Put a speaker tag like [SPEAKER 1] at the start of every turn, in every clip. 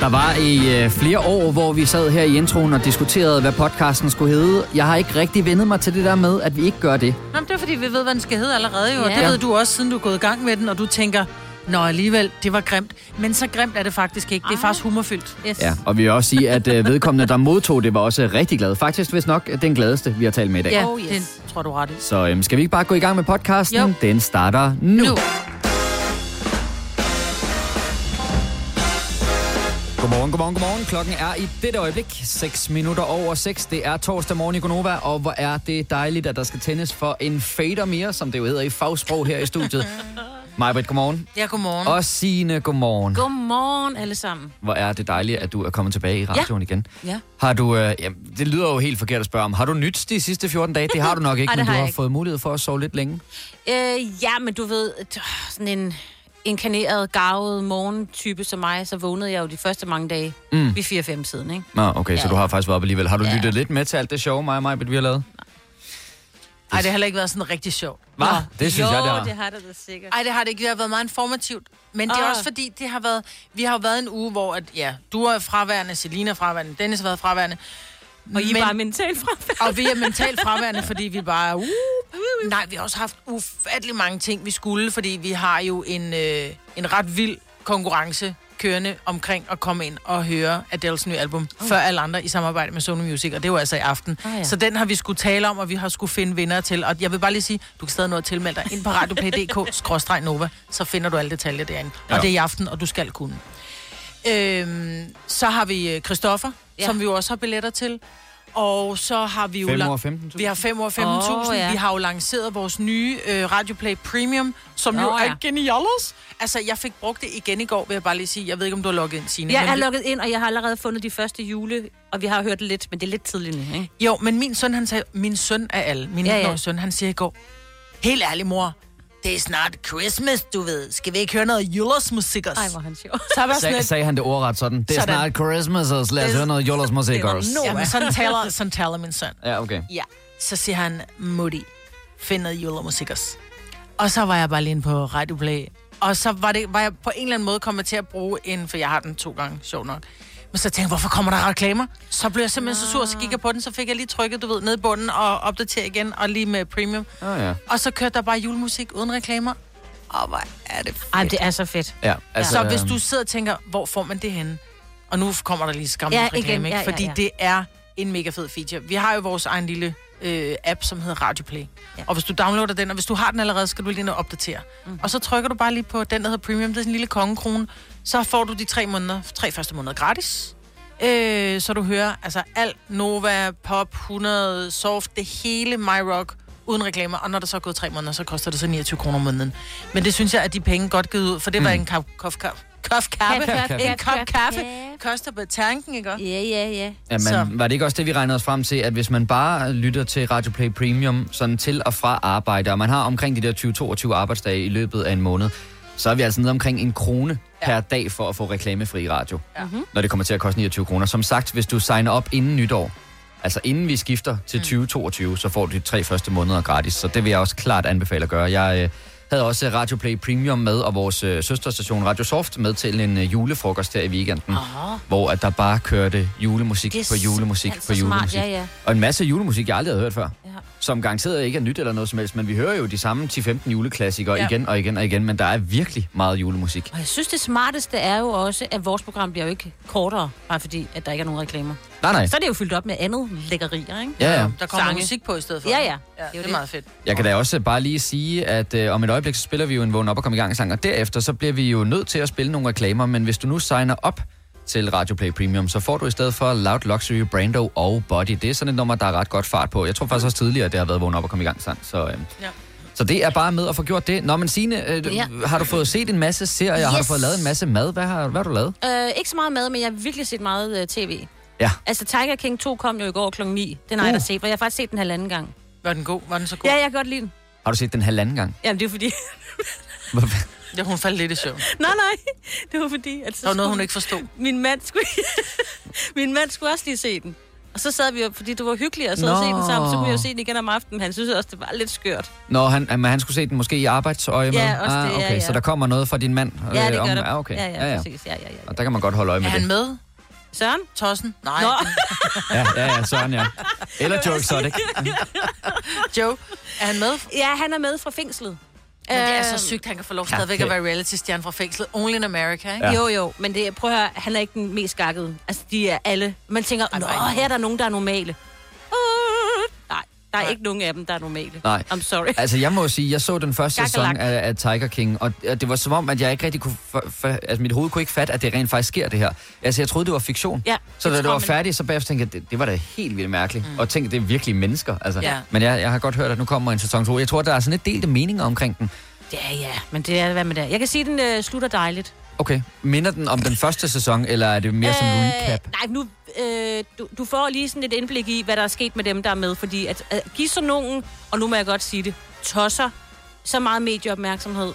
[SPEAKER 1] Der var i øh, flere år, hvor vi sad her i introen og diskuterede, hvad podcasten skulle hedde. Jeg har ikke rigtig vendet mig til det der med, at vi ikke gør det.
[SPEAKER 2] Nå, men det er fordi, vi ved, hvad den skal hedde allerede jo, ja. og
[SPEAKER 3] Ja.
[SPEAKER 2] det ved du også, siden du er gået i gang med den, og du tænker, Nå, alligevel, det var grimt. Men så grimt er det faktisk ikke. Det er
[SPEAKER 3] Ej.
[SPEAKER 2] faktisk humorfyldt.
[SPEAKER 3] Yes.
[SPEAKER 1] Ja, og vi vil også sige, at øh, vedkommende, der modtog det, var også rigtig glad. Faktisk, hvis nok, den gladeste, vi har talt med i dag.
[SPEAKER 2] Ja,
[SPEAKER 3] Oh,
[SPEAKER 2] oh,
[SPEAKER 3] yes.
[SPEAKER 2] yes. det tror du er ret i.
[SPEAKER 1] Så øhm, skal vi ikke bare gå i gang med podcasten?
[SPEAKER 2] Jo.
[SPEAKER 1] Den starter
[SPEAKER 2] Nu.
[SPEAKER 1] nu. nu. Godmorgen, godmorgen, godmorgen. Klokken er i dette øjeblik 6 minutter over 6. Det er torsdag morgen i Gonova, og hvor er det dejligt, at der skal tændes for en fader mere, som det jo hedder i fagsprog her i studiet. Majbrit, godmorgen.
[SPEAKER 2] Ja, godmorgen.
[SPEAKER 1] Mm. Og Signe, godmorgen.
[SPEAKER 3] Godmorgen alle sammen.
[SPEAKER 1] Hvor er det dejligt, at du er kommet tilbage i radioen igen.
[SPEAKER 2] Ja.
[SPEAKER 1] Har du, øh, jamen, det lyder jo helt forkert at spørge om, har du nyt de sidste 14 dage? Det har du nok ikke,
[SPEAKER 3] Ej, det
[SPEAKER 1] men du
[SPEAKER 3] har
[SPEAKER 1] har
[SPEAKER 3] jeg ikke.
[SPEAKER 1] fået mulighed for at sove lidt længe.
[SPEAKER 3] Øh, ja, men du ved, t- sådan en inkarneret, garvet morgentype som mig, så vågnede jeg jo de første mange dage. Mm. Vi 4-5 siden, ikke?
[SPEAKER 1] Nå, okay, ja. så
[SPEAKER 3] Ja.
[SPEAKER 1] du har faktisk været op alligevel. Har du
[SPEAKER 3] Ja.
[SPEAKER 1] lyttet lidt med til alt det sjove, mig og mig, vi har lavet?
[SPEAKER 2] Ej, det har heller ikke været sådan rigtig sjovt.
[SPEAKER 1] Hva?
[SPEAKER 2] Nå.
[SPEAKER 1] Det synes
[SPEAKER 3] jo,
[SPEAKER 1] jeg, det har.
[SPEAKER 3] det har det da sikkert.
[SPEAKER 2] Ej, det har det ikke. Det har været meget informativt. Men det er
[SPEAKER 3] Ah.
[SPEAKER 2] også fordi, det har været, vi har jo været en uge, hvor at, ja, du er fraværende, Selina er fraværende, Dennis har været fraværende.
[SPEAKER 3] Og I er
[SPEAKER 2] Men-
[SPEAKER 3] bare mentalt fra
[SPEAKER 2] Og vi er mentalt fraværende, fordi vi bare er... Uh, nej, vi har også haft ufattelig mange ting, vi skulle, fordi vi har jo en, øh, en ret vild konkurrence kørende omkring at komme ind og høre Adels nye album oh. før alle andre i samarbejde med Sony Music, og det var altså i aften.
[SPEAKER 3] Ah, ja.
[SPEAKER 2] Så den har vi skulle tale om, og vi har skulle finde vinder til. Og jeg vil bare lige sige, du kan stadig nå at tilmelde dig ind på radioplay.dk-nova, så finder du alle detaljer derinde. Og
[SPEAKER 1] Ja.
[SPEAKER 2] det er i aften, og du skal kunne. Øhm, så har vi øh, Christoffer, ja.
[SPEAKER 3] Ja.
[SPEAKER 2] som vi jo også har billetter til. Og så har vi jo...
[SPEAKER 1] Fem
[SPEAKER 2] lang-
[SPEAKER 1] år 15.000.
[SPEAKER 2] Vi har 5 år 15.000. Oh,
[SPEAKER 3] Åh,
[SPEAKER 2] ja.
[SPEAKER 3] ja.
[SPEAKER 2] Vi har jo lanceret vores nye øh, Radioplay Premium, som oh, jo
[SPEAKER 3] Nå,
[SPEAKER 2] er
[SPEAKER 3] ja.
[SPEAKER 2] genialers. Altså, jeg fik brugt det igen i går, vil jeg bare lige sige. Jeg ved ikke, om du har logget ind, Signe.
[SPEAKER 3] Jeg
[SPEAKER 2] men
[SPEAKER 3] er
[SPEAKER 2] vi-
[SPEAKER 3] lukket ind, og jeg har allerede fundet de første jule, og vi har hørt lidt, men det er lidt tidligt nu, ikke?
[SPEAKER 2] Jo, men min søn, han sagde, min søn er alle. Min
[SPEAKER 3] Ja,
[SPEAKER 2] ja,
[SPEAKER 3] ja.
[SPEAKER 2] ja. søn, han siger i går, helt ærlig mor, det er snart Christmas, du ved. Skal vi ikke høre noget julesmusik også?
[SPEAKER 3] Ej, hvor er han sjov.
[SPEAKER 2] Så er jeg bare sådan
[SPEAKER 1] Sag,
[SPEAKER 2] lidt,
[SPEAKER 1] sagde han det ordret sådan. Det er
[SPEAKER 2] Sådan.
[SPEAKER 1] snart Christmas, og lad os
[SPEAKER 2] Det-
[SPEAKER 1] høre noget Jollers musik
[SPEAKER 3] var
[SPEAKER 1] også.
[SPEAKER 3] nu.
[SPEAKER 2] Jamen, sådan taler, sådan taler min søn.
[SPEAKER 1] Ja, okay.
[SPEAKER 2] Ja. Så siger han, Mutti, find noget julemusik også. Og så var jeg bare lige inde på Radio Play. Og så var, det, var jeg på en eller anden måde kommet til at bruge en, for jeg har den to gange, sjov nok. Men så tænkte jeg, hvorfor kommer der reklamer? Så blev jeg simpelthen så sur, så gik jeg på den, så fik jeg lige trykket, du ved, ned i bunden og opdatere igen, og lige med premium.
[SPEAKER 1] Ah, ja.
[SPEAKER 2] Og så kørte der bare julemusik uden reklamer. Og hvor er det fedt.
[SPEAKER 3] Ej, men det er så fedt.
[SPEAKER 1] ja øhm,
[SPEAKER 2] Altså, så
[SPEAKER 3] øhm,
[SPEAKER 2] hvis du sidder og tænker, hvor får man det henne? Og nu kommer der lige skammelig
[SPEAKER 3] Ja,
[SPEAKER 2] ja, reklame,
[SPEAKER 3] igen.
[SPEAKER 2] ikke?
[SPEAKER 3] Ja, ja,
[SPEAKER 2] Fordi
[SPEAKER 3] ja.
[SPEAKER 2] det er en mega fed feature. Vi har jo vores egen lille øh, app, som hedder Radioplay. Ja.
[SPEAKER 3] Ja. Mhm.
[SPEAKER 2] Og hvis du downloader den, og hvis du har den allerede, skal du lige ind og opdatere. Mm. Og så trykker du bare lige på den, der hedder Premium, det er sådan en lille kongekrone. Så får du de tre, måneder, tre første måneder gratis. Øh, så du hører altså alt Nova, Pop, 100, Soft, det hele My Rock uden reklamer, og når der så er gået tre måneder, så koster det så 29 kroner om måneden. Men det synes jeg, at de penge godt givet ud, for det var
[SPEAKER 1] Mm.
[SPEAKER 2] en kop, kof, kof, kof kaffe. En kop kaffe koster på tanken, ikke? også?
[SPEAKER 3] Ja, ja, ja.
[SPEAKER 1] Ja,
[SPEAKER 2] så-
[SPEAKER 1] men var det ikke også det, vi regnede os frem til, at hvis man bare lytter til Radio Play Premium sådan til og fra arbejde, og man har omkring de der 20-22 arbejdsdage i løbet af en måned, så er vi altså nede omkring en krone per dag for at få reklamefri radio, ja. når det kommer til at koste 29 kroner. Som sagt, hvis du signer op inden nytår, altså inden vi skifter
[SPEAKER 3] Mm.
[SPEAKER 1] til 2022, så får du de tre første måneder gratis. Så det vil jeg også klart anbefale at gøre. Jeg øh, havde også øh, Radio Play Premium med, og vores øh, søsterstation Radio Soft med til en øh, julefrokost her i weekenden.
[SPEAKER 2] Åh,
[SPEAKER 1] hvor at der bare kørte julemusik
[SPEAKER 3] Det
[SPEAKER 1] på
[SPEAKER 3] er
[SPEAKER 1] julemusik
[SPEAKER 3] simpelthen
[SPEAKER 1] på
[SPEAKER 3] så smart,
[SPEAKER 1] julemusik.
[SPEAKER 3] ja, ja.
[SPEAKER 1] Og en masse julemusik, jeg aldrig havde hørt før.
[SPEAKER 3] Ja.
[SPEAKER 1] Som garanteret ikke er nyt eller noget som helst, men vi hører jo de samme 10-15 juleklassikere
[SPEAKER 2] Ja.
[SPEAKER 1] ja. igen og igen og igen, men der er virkelig meget julemusik.
[SPEAKER 3] Og jeg synes, det smarteste er jo også, at vores program bliver jo ikke kortere, bare fordi, at der ikke er nogen reklamer.
[SPEAKER 1] Nej, nej.
[SPEAKER 3] Så er det jo fyldt op med andet lækkerier, ikke?
[SPEAKER 1] Ja, ja.
[SPEAKER 2] Der kommer
[SPEAKER 3] Sange.
[SPEAKER 2] musik på i stedet for.
[SPEAKER 3] Ja, ja. Det
[SPEAKER 2] ja
[SPEAKER 3] er jo
[SPEAKER 2] det, er
[SPEAKER 3] det.
[SPEAKER 2] meget fedt.
[SPEAKER 1] Jeg kan da også bare lige sige, at øh, om et øjeblik så spiller vi jo en vågen op og kom i gang sang, og derefter så bliver vi jo nødt til at spille nogle reklamer, men hvis du nu signer op til Radio Play Premium, så får du i stedet for Loud Luxury, Brando og Body. Det er sådan et nummer, der er ret godt fart på. Jeg tror faktisk også tidligere, at det har været vågen op og kom i gang sang, så... Øh,
[SPEAKER 2] Ja.
[SPEAKER 1] Så det er bare med at få gjort det. Nå, men Signe, øh, ja.
[SPEAKER 3] Ja.
[SPEAKER 1] har du fået set en masse serier? Yes. Har du
[SPEAKER 3] Yes.
[SPEAKER 1] fået lavet en masse mad? Hvad har, hvad har du lavet?
[SPEAKER 3] Øh, ikke så meget mad, men jeg har virkelig set meget øh, tv.
[SPEAKER 1] Ja.
[SPEAKER 3] Altså, Tiger King 2 kom jo i går kl. 9. Den har
[SPEAKER 1] Uh.
[SPEAKER 3] jeg da set, for jeg har faktisk set den halvanden gang.
[SPEAKER 2] Var den god? Var den så god?
[SPEAKER 3] Ja,
[SPEAKER 2] Ja,
[SPEAKER 3] jeg kan godt lide den.
[SPEAKER 1] Har du set den halvanden gang?
[SPEAKER 3] Jamen, det er fordi...
[SPEAKER 2] ja. Hun faldt lidt i søvn. Der
[SPEAKER 3] nej, nej. Det var fordi... At så
[SPEAKER 2] var noget, hun
[SPEAKER 3] skulle-
[SPEAKER 2] ikke forstod.
[SPEAKER 3] Min mand skulle... Min mand skulle også lige se den. Og Og så sad vi jo, fordi du var hyggelig og så og
[SPEAKER 1] Nå. Øh,
[SPEAKER 3] se den sammen, så kunne vi jo se den igen om aftenen. Han synes også, det var lidt skørt.
[SPEAKER 1] Nå, han, men han skulle se den måske i arbejdsøje med?
[SPEAKER 3] Ja, også det,
[SPEAKER 1] ah,
[SPEAKER 3] ja,
[SPEAKER 1] okay.
[SPEAKER 3] ja.
[SPEAKER 1] Så der kommer noget fra din mand?
[SPEAKER 3] Ja,
[SPEAKER 1] øh,
[SPEAKER 3] det gør
[SPEAKER 1] om,
[SPEAKER 3] der.
[SPEAKER 1] Ja, okay.
[SPEAKER 3] Ja, ja, ja, præcis. Ja, ja, ja.
[SPEAKER 1] Og der kan man godt holde øje med
[SPEAKER 2] Er han
[SPEAKER 1] det.
[SPEAKER 2] med?
[SPEAKER 3] Søren?
[SPEAKER 2] Tossen? Nej.
[SPEAKER 3] Nå,
[SPEAKER 2] Nå.
[SPEAKER 1] Ja, ja, ja, Søren, ja. Eller Joe Exotic.
[SPEAKER 2] Joe, er han med? Øh,
[SPEAKER 3] ja, han er med fra fængslet.
[SPEAKER 2] Men det er så
[SPEAKER 3] Øhm,
[SPEAKER 2] sygt, han kan få lov stadigvæk
[SPEAKER 1] det-
[SPEAKER 2] at være reality-stjerne fra fængslet. Only in America, ikke?
[SPEAKER 1] Ja.
[SPEAKER 3] Ja. Jo, jo, men det, prøv at høre, han er ikke den mest skakkede. Altså, de er alle. Man tænker, Nå,
[SPEAKER 2] hvor er I
[SPEAKER 3] her er der nogen, der er normale. Uh, nej, der er
[SPEAKER 2] Nej.
[SPEAKER 3] ikke nogen af dem, der er normale.
[SPEAKER 1] Nej.
[SPEAKER 3] I'm sorry.
[SPEAKER 1] Altså, jeg må jo sige, jeg så den første sæson
[SPEAKER 3] Kakerlak.
[SPEAKER 1] af, af Tiger King, og og det var som om, at jeg ikke rigtig kunne... For, for, altså, mit hoved kunne ikke fatte, at det rent faktisk sker, det her. Altså, jeg troede, det var fiktion.
[SPEAKER 3] Ja,
[SPEAKER 1] så da
[SPEAKER 3] det
[SPEAKER 1] det
[SPEAKER 3] tror
[SPEAKER 1] var
[SPEAKER 3] man.
[SPEAKER 1] færdigt, så bagefter tænkte jeg, det, det var da helt vildt mærkeligt. Mm. Og tænkte, det er virkelig mennesker, altså.
[SPEAKER 2] Ja.
[SPEAKER 1] Men jeg, jeg har godt hørt, at nu kommer en sæson 2. Jeg tror, der er sådan lidt delte meninger omkring den.
[SPEAKER 3] Ja, ja, men det er, hvad med det Jeg kan sige, den øh, slutter dejligt.
[SPEAKER 1] Okay, minder den om den første sæson, eller er det mere øh, som recap?
[SPEAKER 3] nej, nu, øh, du, du får lige sådan et indblik i, hvad der er sket med dem, der er med. Fordi at, at give sådan nogen, og nu må jeg godt sige det, tosser så meget medieopmærksomhed.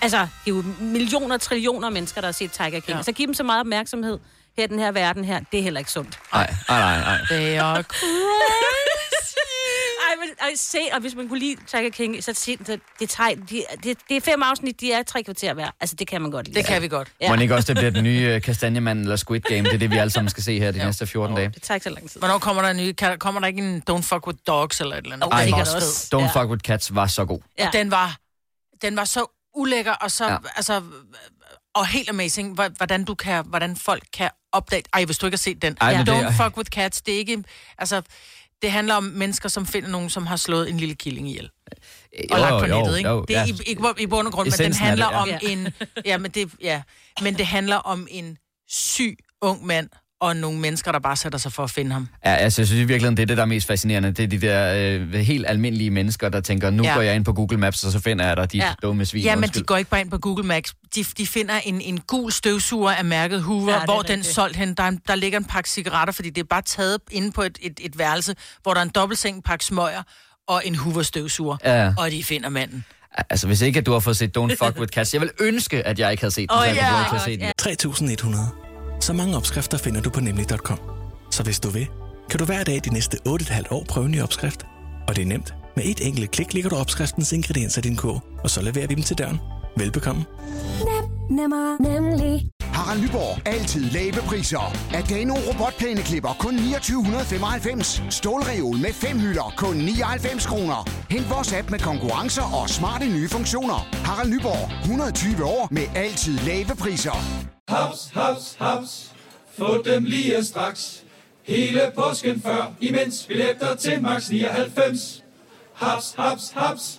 [SPEAKER 3] Altså, det er jo millioner, trillioner mennesker, der har set Tiger King.
[SPEAKER 2] Ja.
[SPEAKER 3] Ja. Så giv dem så meget opmærksomhed her i den her verden her. Det er heller ikke sundt.
[SPEAKER 1] Nej, nej, nej, nej.
[SPEAKER 2] Det er jo
[SPEAKER 3] Ej, men ej, se, og hvis man kunne lide Tiger King, så se, det, det, tager, de, det, det er fem afsnit, de er tre kvarter hver. Altså, det kan man godt lide.
[SPEAKER 2] Det kan vi godt.
[SPEAKER 1] Ja. Må ikke også, det bliver den nye øh, kastanjemand eller Squid Game? Det er det, vi alle sammen skal se her de næste 14 dage.
[SPEAKER 3] Det tager ikke så lang tid.
[SPEAKER 2] Hvornår kommer der en ny? Kan, kommer der ikke en Don't Fuck With Dogs eller et eller andet?
[SPEAKER 3] Åh,
[SPEAKER 2] Den
[SPEAKER 3] ej,
[SPEAKER 2] var
[SPEAKER 3] også
[SPEAKER 2] fed.
[SPEAKER 3] fed.
[SPEAKER 1] Don't
[SPEAKER 3] Ja.
[SPEAKER 1] Fuck With Cats var så god.
[SPEAKER 3] Ja.
[SPEAKER 2] Den var, den var så ulækker, og så,
[SPEAKER 1] Ja.
[SPEAKER 2] ja. altså, og helt amazing, hvor- hvordan, du kan, hvordan folk kan opdage... Ej, hvis du ikke har set den.
[SPEAKER 1] Ej,
[SPEAKER 2] Ej,
[SPEAKER 1] men
[SPEAKER 2] Don't
[SPEAKER 1] det er-
[SPEAKER 2] det, fuck with cats. Det er ikke... Altså, det handler om mennesker, som finder nogen, som har slået en lille killing ihjel. Og lagt på nettet, ikke? det er
[SPEAKER 1] ja.
[SPEAKER 2] i, ikke i bund og grund, men den
[SPEAKER 1] Essensen af det,
[SPEAKER 2] handler
[SPEAKER 1] ja.
[SPEAKER 2] om
[SPEAKER 3] Ja.
[SPEAKER 2] en... Ja, men det, ja, men det handler om en syg ung mand, og nogle mennesker, der bare sætter sig for at finde ham.
[SPEAKER 1] ja, altså, jeg synes i virkeligheden, det er det, der er mest fascinerende. Det er de der øh, helt almindelige mennesker, der tænker, nu ja.
[SPEAKER 2] Ja.
[SPEAKER 1] går jeg ind på Google Maps, og så finder jeg dig, de ja.
[SPEAKER 3] Ja.
[SPEAKER 1] dumme svin.
[SPEAKER 2] Ja, men de
[SPEAKER 1] undskyld.
[SPEAKER 2] går ikke bare ind på Google Maps. De, de finder en, en gul støvsuger af mærket Hoover,
[SPEAKER 3] Ja,
[SPEAKER 2] ja,
[SPEAKER 3] det er
[SPEAKER 2] hvor den er
[SPEAKER 3] rigtigt.
[SPEAKER 2] solgt hen. Der, er en- der ligger en pakke cigaretter, fordi det er bare taget inde på et, et, et værelse, hvor der er en dobbeltseng, en pakke smøger og en Hoover støvsuger.
[SPEAKER 1] Ja.
[SPEAKER 2] Og de finder manden.
[SPEAKER 1] Altså, hvis ikke at du har fået set Don't Fuck With Cats, jeg vil ønske, at jeg ikke havde set den,
[SPEAKER 3] Åh,
[SPEAKER 1] så jeg
[SPEAKER 3] ja,
[SPEAKER 1] kunne have
[SPEAKER 3] godt,
[SPEAKER 1] set den.
[SPEAKER 3] ja.
[SPEAKER 4] 3100. Så mange opskrifter finder du på nemlig.com. Så hvis du vil, kan du hver dag de næste 8,5 år prøve en ny opskrift. Og det er nemt. Med et enkelt klik ligger du opskriftens ingredienser i din kog, og så leverer vi dem til døren. Velbekomme.
[SPEAKER 5] Nemmer, nemlig.
[SPEAKER 6] Harald Nyborg. Altid lave priser. Adano robotplæneklipper kun 2995. Stålreol med fem hylder kun 99 kroner. Hent vores app med konkurrencer og smarte nye funktioner. Harald Nyborg. 120 år med altid lave priser.
[SPEAKER 7] Haps, haps, haps. Få dem lige straks. Hele påsken før, imens billetter til max 99. Haps, haps, haps.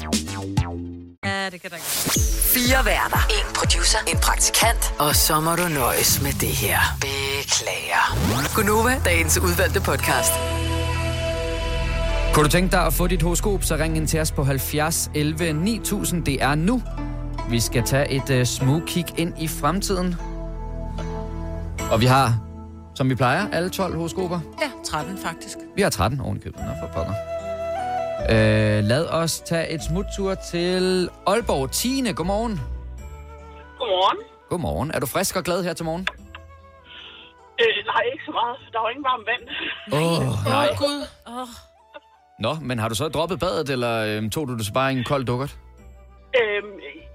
[SPEAKER 3] Ja, det kan der ikke.
[SPEAKER 8] Fire værter. En producer. En praktikant. Og så må du nøjes med det her. Beklager. Gunova, dagens udvalgte podcast.
[SPEAKER 1] Kunne du tænke dig at få dit horoskop, så ring ind til os på 70 11 9000. Det er nu. Vi skal tage et uh, smug kig ind i fremtiden. Og vi har, som vi plejer, alle 12 horoskoper.
[SPEAKER 2] Ja, 13 faktisk.
[SPEAKER 1] Vi har 13 oven i købet, nå, for pokker. Øh, lad os tage et smuttur til Aalborg. Tine, godmorgen.
[SPEAKER 9] Godmorgen.
[SPEAKER 1] Godmorgen. Er du frisk og glad her til morgen?
[SPEAKER 9] Øh, nej, ikke så meget, for der var ingen varm vand.
[SPEAKER 1] Åh, oh, nej.
[SPEAKER 2] Gud.
[SPEAKER 1] Nå, men har du så droppet badet, eller øhm, tog du det så bare i en kold dukkert?
[SPEAKER 9] Øh,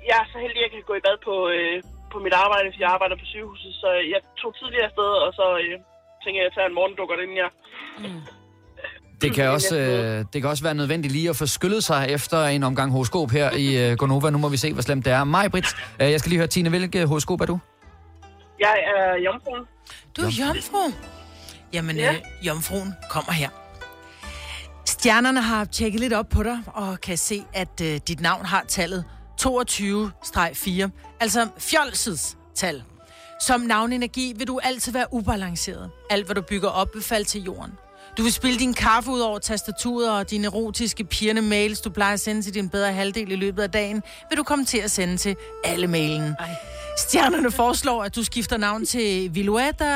[SPEAKER 9] jeg er så heldig, at jeg kan gå i bad på, øh, på mit arbejde, fordi jeg arbejder på sygehuset. Så jeg tog tidligere afsted, og så øh, tænker jeg, at jeg tager en morgendukker, inden jeg...
[SPEAKER 1] Det kan,
[SPEAKER 9] Mm,
[SPEAKER 1] også,
[SPEAKER 9] jeg
[SPEAKER 1] øh, det kan også være nødvendigt lige at få skyllet sig efter en omgang horoskop her i øh, Gonova. Nu må vi se, hvor slemt det er. Maj, Britt, øh, jeg skal lige høre, Tine, hvilke horoskop er du?
[SPEAKER 9] Jeg er jomfruen.
[SPEAKER 2] Du er jomfru. Jamen, ja. øh, jomfruen kommer her. Stjernerne har tjekket lidt op på dig, og kan se, at øh, dit navn har tallet 22-4, altså fjolsets tal. Som navnenergi vil du altid være ubalanceret. Alt, hvad du bygger op, vil falde til jorden. Du vil spille din kaffe ud over tastaturet og dine erotiske pigerne mails, du plejer at sende til din bedre halvdel i løbet af dagen, vil du komme til at sende til alle mailen. Stjernerne foreslår, at du skifter navn til Viluetta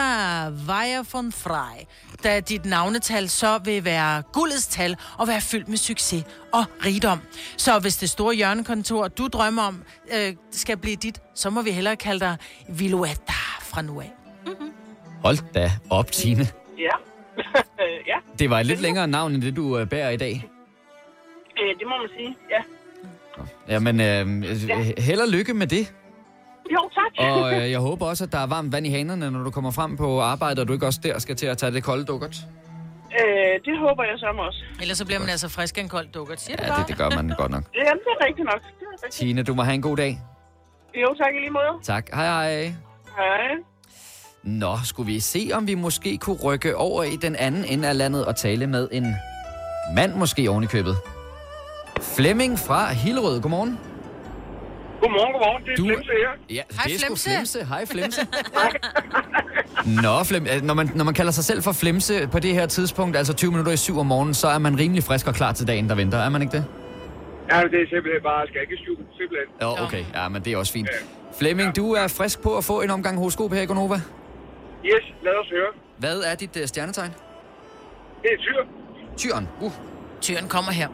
[SPEAKER 2] Weyer von Frey, da dit navnetal så vil være guldets tal og være fyldt med succes og rigdom. Så hvis det store hjørnekontor, du drømmer om, øh, skal blive dit, så må vi hellere kalde dig Viluetta fra nu af.
[SPEAKER 1] Hold da op, Tine.
[SPEAKER 9] Ja. ja,
[SPEAKER 1] Det var et lidt længere navn, end det du øh, bærer i dag.
[SPEAKER 9] øh, det må man sige. Ja.
[SPEAKER 1] Jamen, øh, øh, held og lykke med det.
[SPEAKER 9] Jo, tak.
[SPEAKER 1] Og øh, jeg håber også, at der er varmt vand i hanerne, når du kommer frem på arbejde, og du ikke også der skal til at tage det kolde dukkert.
[SPEAKER 9] øh, det håber jeg så også.
[SPEAKER 2] Ellers så bliver man altså frisk af en kold dukkert. Siger
[SPEAKER 1] Ja,
[SPEAKER 2] bare.
[SPEAKER 1] det, det gør man godt nok.
[SPEAKER 9] Jamen, det er rigtigt nok. Det er rigtigt.
[SPEAKER 1] Tine, du må have en god dag.
[SPEAKER 9] Jo, tak i lige måde.
[SPEAKER 1] Tak. Hej hej.
[SPEAKER 9] Hej.
[SPEAKER 1] Nå, skulle vi se, om vi måske kunne rykke over i den anden ende af landet og tale med en mand måske oven i købet. Flemming fra Hillerød. Godmorgen.
[SPEAKER 10] Godmorgen, godmorgen. Det er
[SPEAKER 1] Du-
[SPEAKER 10] du... Flimse her.
[SPEAKER 1] Ja, det er sgu Flemse. Flemse. Hej, Flemse. Nå, Flem, øh, når, man, når man kalder sig selv for Flemse på det her tidspunkt, altså 20 minutter i syv om morgenen, så er man rimelig frisk og klar til dagen, der venter. Er man ikke det?
[SPEAKER 10] ja, det er simpelthen bare skækkeskjul. Simpelthen.
[SPEAKER 1] Jo, okay. Ja, men det er også fint. Flemming, du er frisk på at få en omgang horoskop her i Gonova.
[SPEAKER 10] Yes, lad os høre.
[SPEAKER 1] Hvad er dit uh, stjernetegn?
[SPEAKER 10] Det er tyr.
[SPEAKER 1] Tyren. Uh.
[SPEAKER 2] Tyren kommer her.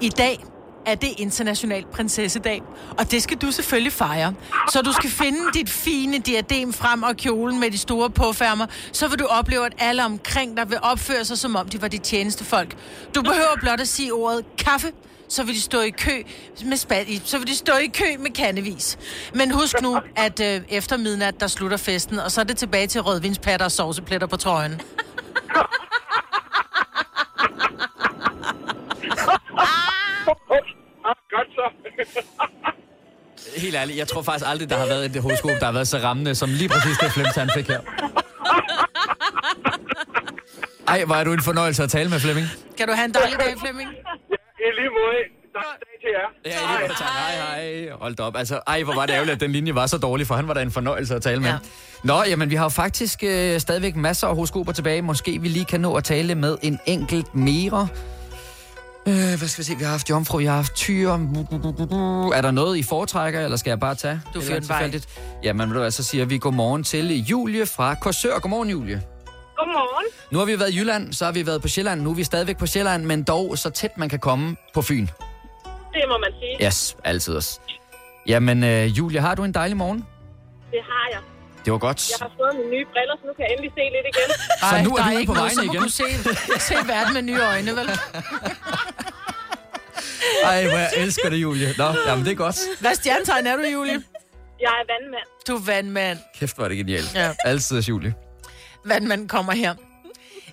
[SPEAKER 2] I dag er det International Prinsessedag, og det skal du selvfølgelig fejre. Så du skal finde dit fine diadem frem og kjolen med de store påfærmer, så vil du opleve, at alle omkring dig vil opføre sig, som om de var de tjenestefolk. Du behøver blot at sige ordet kaffe, så vil de stå i kø med spad, i- så vil de stå i kø med kandevis. Men husk nu, at øh, efter midnat, der slutter festen, og så er det tilbage til rødvinspatter og sovsepletter på trøjen.
[SPEAKER 10] Godt så.
[SPEAKER 1] Helt ærligt, jeg tror faktisk aldrig, der har været et horoskop, der har været så rammende, som lige præcis det Flemming han fik her. Ej, hvor er du en fornøjelse at tale med, Flemming.
[SPEAKER 2] Kan du have en dejlig dag, Flemming?
[SPEAKER 10] I lige måde. Dejlig dag til jer.
[SPEAKER 1] Ja, i lige måde. Tak. Hej, hej. Hold da op. Altså, ej, hvor var det ærgerligt, at den linje var så dårlig, for han var da en fornøjelse at tale med. Ja. Nå, jamen, vi har jo faktisk øh, stadigvæk masser af horoskoper tilbage. Måske vi lige kan nå at tale med en enkelt mere. Øh, hvad skal vi se? Vi har haft jomfru, vi har haft tyre. Er der noget, I foretrækker, eller skal jeg bare tage?
[SPEAKER 2] Du
[SPEAKER 1] Et
[SPEAKER 2] fyrer den bare af.
[SPEAKER 1] tilfældigt? Jamen, ved du hvad, så siger vi godmorgen til Julie fra Korsør. Godmorgen, Julie.
[SPEAKER 11] Godmorgen.
[SPEAKER 1] Nu har vi været i Jylland, så har vi været på Sjælland. Nu er vi stadigvæk på Sjælland, men dog så tæt man kan komme på Fyn.
[SPEAKER 11] Det må man sige.
[SPEAKER 1] Yes, altid os. Jamen, øh, Julie, har du en dejlig morgen?
[SPEAKER 11] Det har jeg.
[SPEAKER 1] Det var godt.
[SPEAKER 11] Jeg har fået mine nye briller, så nu kan jeg endelig se lidt igen.
[SPEAKER 1] Så nu
[SPEAKER 2] der
[SPEAKER 1] er du
[SPEAKER 2] er
[SPEAKER 1] ude
[SPEAKER 2] ikke
[SPEAKER 1] på
[SPEAKER 2] noget,
[SPEAKER 1] vejen
[SPEAKER 2] så må
[SPEAKER 1] igen.
[SPEAKER 2] du se, se verden med nye øjne, vel?
[SPEAKER 1] Ej, hvor jeg elsker det, Julie. Nå, jamen det er godt.
[SPEAKER 2] Hvad stjernetegn er du, Julie?
[SPEAKER 11] Jeg er vandmand.
[SPEAKER 2] Du er vandmand.
[SPEAKER 1] Kæft, hvor er det genialt.
[SPEAKER 2] Ja.
[SPEAKER 1] Ja. Altid, Julie.
[SPEAKER 2] Vandmanden kommer her.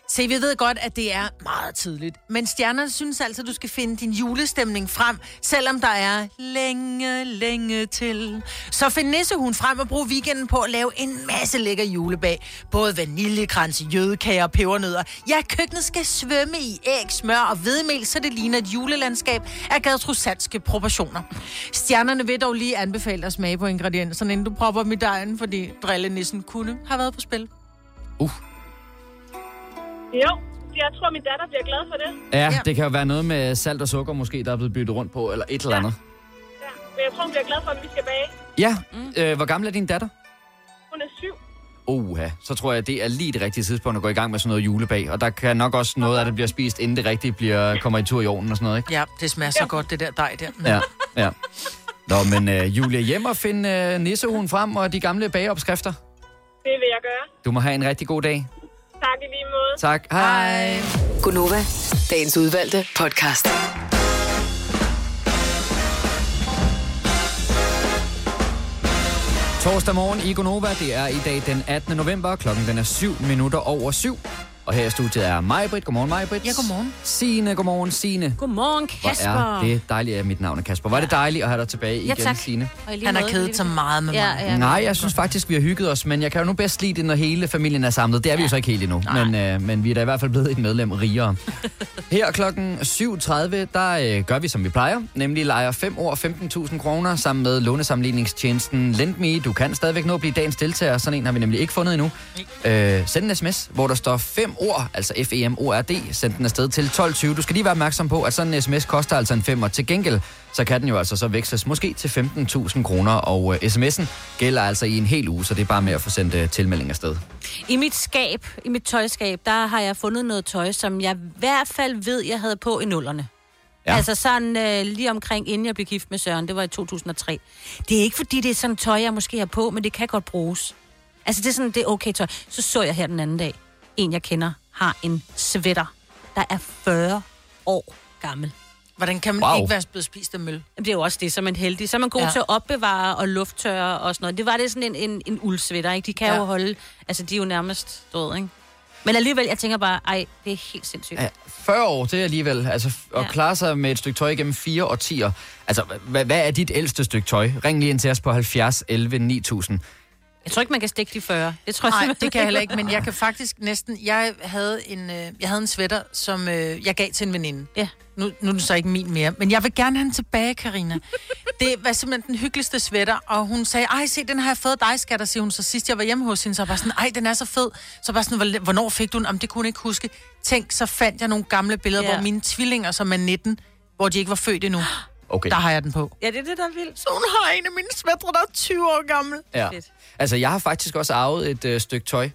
[SPEAKER 2] Se, vi ved godt, at det er meget tidligt. Men stjernerne synes altså, at du skal finde din julestemning frem, selvom der er længe, længe til. Så find nissehuen frem og brug weekenden på at lave en masse lækker julebag. Både vaniljekranse, jødekager og pebernødder. Ja, køkkenet skal svømme i æg, smør og hvedemel, så det ligner et julelandskab af gadtrusatske proportioner. Stjernerne vil dog lige anbefale dig at smage på ingredienserne, inden du propper dem i dejen, fordi drillenissen kunne have været på spil.
[SPEAKER 11] Jo, jeg tror, min datter bliver glad for det.
[SPEAKER 1] Ja, det kan jo være noget med salt og sukker måske, der er blevet byttet rundt på, eller et eller andet.
[SPEAKER 11] Ja. Men jeg tror, hun bliver glad for, at vi skal bage.
[SPEAKER 1] Ja,
[SPEAKER 2] Mm.
[SPEAKER 1] øh, hvor gammel er din datter?
[SPEAKER 11] Hun er syv.
[SPEAKER 1] Oha, så tror jeg, det er lige det rigtige tidspunkt at gå i gang med sådan noget julebag. Og der kan nok også noget af det bliver spist, inden det rigtige bliver, kommer i tur i ovnen og sådan noget, ikke?
[SPEAKER 2] Ja, det smager så godt, det der dej der. Mm.
[SPEAKER 1] Ja, ja. Nå, men øh, Julie, hjem og find øh, nissehuen frem og de gamle bageopskrifter.
[SPEAKER 11] Det vil jeg gøre.
[SPEAKER 1] Du må have en rigtig god dag.
[SPEAKER 11] Tak i lige måde.
[SPEAKER 1] Tak. Hej.
[SPEAKER 8] Gunova, dagens udvalgte podcast.
[SPEAKER 1] Torsdag morgen i Gonova, det er i dag den 18. november, klokken den er 7 minutter over 7. Og her i studiet er Majbrit. Godmorgen, Majbrit.
[SPEAKER 2] Ja, godmorgen.
[SPEAKER 1] Signe, godmorgen, Signe.
[SPEAKER 3] Godmorgen,
[SPEAKER 1] Hvor
[SPEAKER 3] Kasper.
[SPEAKER 1] er det dejligt, at mit navn er Kasper. Var det dejligt at have dig tilbage
[SPEAKER 3] Ja,
[SPEAKER 1] igen,
[SPEAKER 3] tak.
[SPEAKER 1] Signe?
[SPEAKER 3] Og i lige
[SPEAKER 2] Han har
[SPEAKER 3] måde,
[SPEAKER 2] kedet
[SPEAKER 3] fordi-
[SPEAKER 2] sig meget med mig.
[SPEAKER 3] Ja, ja.
[SPEAKER 1] Nej, jeg synes faktisk, vi har hygget os, men jeg kan jo nu bedst lide det, når hele familien er samlet. Det er vi jo så ikke helt endnu, men, øh, men vi er da i hvert fald blevet et medlem rigere. Her klokken 7.30, der øh, gør vi, som vi plejer, nemlig leger 5 år 15.000 kroner sammen med lånesamligningstjenesten LendMe. Du kan stadigvæk nå at blive dagens deltager, sådan en har vi nemlig ikke fundet endnu. Øh, send en sms, hvor der står 5 FEMOR, altså F-E-M-O-R-D, send den afsted til 12.20. Du skal lige være opmærksom på, at sådan en sms koster altså en 5, og til gengæld, så kan den jo altså så veksles måske til 15.000 kroner, og øh, sms'en gælder altså i en hel uge, så det er bare med at få sendt øh, tilmelding afsted.
[SPEAKER 3] I mit skab, i mit tøjskab, der har jeg fundet noget tøj, som jeg i hvert fald ved, jeg havde på i nullerne.
[SPEAKER 1] Ja.
[SPEAKER 3] Ja. Altså sådan øh, lige omkring, inden jeg blev gift med Søren. Det var i 2003. Det er ikke, fordi det er sådan tøj, jeg måske har på, men det kan godt bruges. Altså det er sådan, det er okay tøj. Så så jeg her den anden dag, en jeg kender har en sweater, der er 40 år gammel.
[SPEAKER 2] Hvordan kan man Wow. ikke være blevet spist af møl?
[SPEAKER 3] Det er jo også det, som man er heldig. Så er man god
[SPEAKER 2] Ja.
[SPEAKER 3] ja. til at opbevare og lufttørre og sådan noget. Det var det sådan en, en, en uldsvætter, ikke? De kan ja.
[SPEAKER 2] Ja.
[SPEAKER 3] jo holde... Altså, de er jo nærmest døde, ikke? Men alligevel, jeg tænker bare, ej, det er helt sindssygt.
[SPEAKER 1] Ja,
[SPEAKER 3] Ja.
[SPEAKER 1] 40 år, det er alligevel. Altså, f- at klare sig med et stykke tøj gennem fire årtier. Altså, hvad, hvad er dit ældste stykke tøj? Ring lige ind til os på 70 11 9000.
[SPEAKER 3] Jeg tror ikke, man kan stikke de 40. Det tror jeg
[SPEAKER 2] Nej,
[SPEAKER 3] simpelthen
[SPEAKER 2] det kan jeg
[SPEAKER 3] ikke.
[SPEAKER 2] heller ikke, men jeg kan faktisk næsten... Jeg havde en, øh, jeg havde en sweater, som øh, jeg gav til en veninde.
[SPEAKER 3] Ja.
[SPEAKER 2] Nu, nu er den så ikke min mere, men jeg vil gerne have den tilbage, Karina. det var simpelthen den hyggeligste sweater, og hun sagde, ej, se, den har jeg fået dig, skat, og siger hun. Så sidst jeg var hjemme hos hende, så var jeg bare sådan, ej, den er så fed. Så bare sådan, "Hvor- hvornår fik du den? Jamen, det kunne hun ikke huske. Tænk, så fandt jeg nogle gamle billeder,
[SPEAKER 3] Ja.
[SPEAKER 2] ja. hvor mine tvillinger, som er 19, hvor de ikke var født endnu,
[SPEAKER 1] Okay.
[SPEAKER 2] der har jeg den på.
[SPEAKER 3] Ja, det er det, der er vildt.
[SPEAKER 2] Så hun har en af mine svætter, der er 20 år gammel.
[SPEAKER 1] Ja. Altså, jeg har faktisk også arvet et øh, stykke tøj.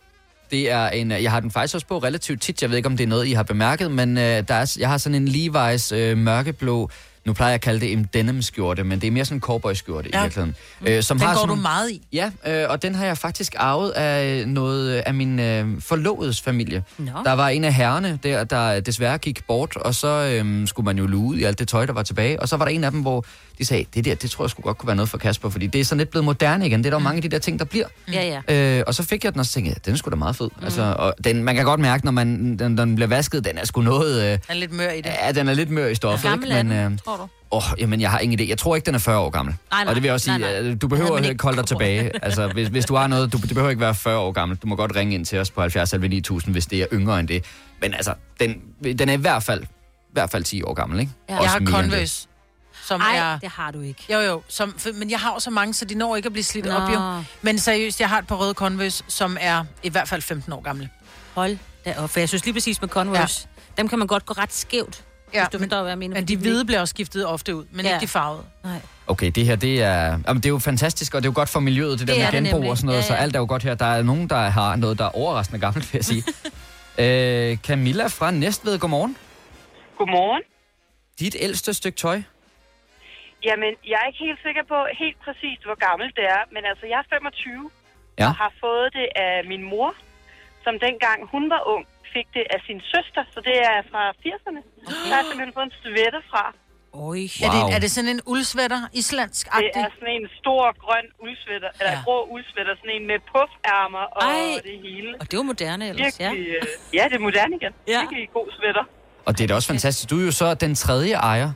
[SPEAKER 1] Det er en, øh, jeg har den faktisk også på relativt tit. Jeg ved ikke, om det er noget, I har bemærket, men øh, der er, s- jeg har sådan en Levi's øh, mørkeblå, nu plejer jeg at kalde det en denim-skjorte, men det er mere sådan en cowboy-skjorte ja. i
[SPEAKER 2] Ja.
[SPEAKER 1] virkeligheden. Øh,
[SPEAKER 2] Den går
[SPEAKER 1] sådan
[SPEAKER 2] du
[SPEAKER 1] nogle-
[SPEAKER 2] meget i.
[SPEAKER 1] Ja, øh, og den har jeg faktisk arvet af noget øh, af min øh, forlovedes familie.
[SPEAKER 2] Nå.
[SPEAKER 1] Der var en af herrerne der, der desværre gik bort, og så øhm, skulle man jo luge ud i alt det tøj, der var tilbage. Og så var der en af dem, hvor de sagde, det der, det tror jeg skulle godt kunne være noget for Kasper, fordi det er sådan lidt blevet moderne igen. Det er der jo mange af de der ting, der bliver.
[SPEAKER 2] Mm.
[SPEAKER 3] Ja, ja.
[SPEAKER 1] Øh, og så fik jeg den, og så tænkte jeg, den er sgu da meget fed. Mm. Altså, og den, man kan godt mærke, når man, den, når den bliver vasket, den er sgu noget... Øh,
[SPEAKER 2] Han er lidt mør i det.
[SPEAKER 1] ja, den er lidt mør i stoffet.
[SPEAKER 2] Hvor gammel er
[SPEAKER 1] ikke?
[SPEAKER 2] den,
[SPEAKER 1] øh,
[SPEAKER 2] tror du?
[SPEAKER 1] Åh, oh, jamen jeg har ingen idé. Jeg tror ikke, den er 40 år gammel.
[SPEAKER 2] Nej, nej.
[SPEAKER 1] og det vil jeg også sige,
[SPEAKER 2] Nej, nej.
[SPEAKER 1] at du
[SPEAKER 2] Den
[SPEAKER 1] behøver
[SPEAKER 2] har man
[SPEAKER 1] ikke
[SPEAKER 2] ikke
[SPEAKER 1] holde dig tilbage. altså, hvis, hvis du har noget, du, det behøver ikke være 40 år gammel. Du må godt ringe ind til os på 70 11 9000, hvis det er yngre end det. Men altså, den, den er i hvert fald, i hvert fald 10 år gammel, ikke?
[SPEAKER 2] Ja.
[SPEAKER 1] Også
[SPEAKER 2] Jeg har
[SPEAKER 1] mere end
[SPEAKER 2] Converse. Som
[SPEAKER 3] Ej,
[SPEAKER 2] er...
[SPEAKER 3] det har du ikke.
[SPEAKER 2] Jo, jo. Som, for, men jeg har jo så mange, så de når ikke at blive slidt
[SPEAKER 3] Nå.
[SPEAKER 2] Nå. op, jo. Men seriøst, jeg har et par røde Converse, som er i hvert fald 15 år gamle.
[SPEAKER 3] Hold da op, for jeg synes lige præcis med Converse, ja. dem kan man godt gå ret skævt, ja, hvis du forstår, hvad jeg mener.
[SPEAKER 2] Men de hvide bliver også skiftet ofte ud, men ja. ikke de farvede.
[SPEAKER 3] Nej.
[SPEAKER 1] Okay, det her, det er, jamen, det er jo fantastisk, og det er jo godt for miljøet, det,
[SPEAKER 2] Det
[SPEAKER 1] det
[SPEAKER 2] er
[SPEAKER 1] der
[SPEAKER 2] det
[SPEAKER 1] med genbrug
[SPEAKER 2] nemlig.
[SPEAKER 1] og sådan noget,
[SPEAKER 2] Ja,
[SPEAKER 1] ja, ja. så
[SPEAKER 2] ja.
[SPEAKER 1] alt er jo godt her. Der er nogen, der har noget, der er overraskende gammelt, vil jeg sige. øh, Camilla fra Næstved, godmorgen.
[SPEAKER 12] Godmorgen.
[SPEAKER 1] Dit ældste stykke tøj?
[SPEAKER 12] Jamen, jeg er ikke helt sikker på helt præcist, hvor gammelt det er, men altså, jeg er 25
[SPEAKER 1] Ja.
[SPEAKER 12] og har fået det af min mor, som dengang hun var ung, fik det af sin søster, så det er fra 80'erne. Okay. Jeg har simpelthen fået en sweater fra.
[SPEAKER 3] Oj.
[SPEAKER 2] Er, det, er det sådan en uldsvætter, islandsk
[SPEAKER 12] Det er sådan en stor grøn uldsvætter, eller ja. grå uldsvætter, sådan en med puffærmer og Ej. det hele.
[SPEAKER 3] Og det er jo moderne ellers, ja.
[SPEAKER 12] Virkelig, øh, ja, det er moderne igen. Ja. Virkelig god sweater.
[SPEAKER 1] Og det er da også fantastisk. Du er jo så den tredje ejer.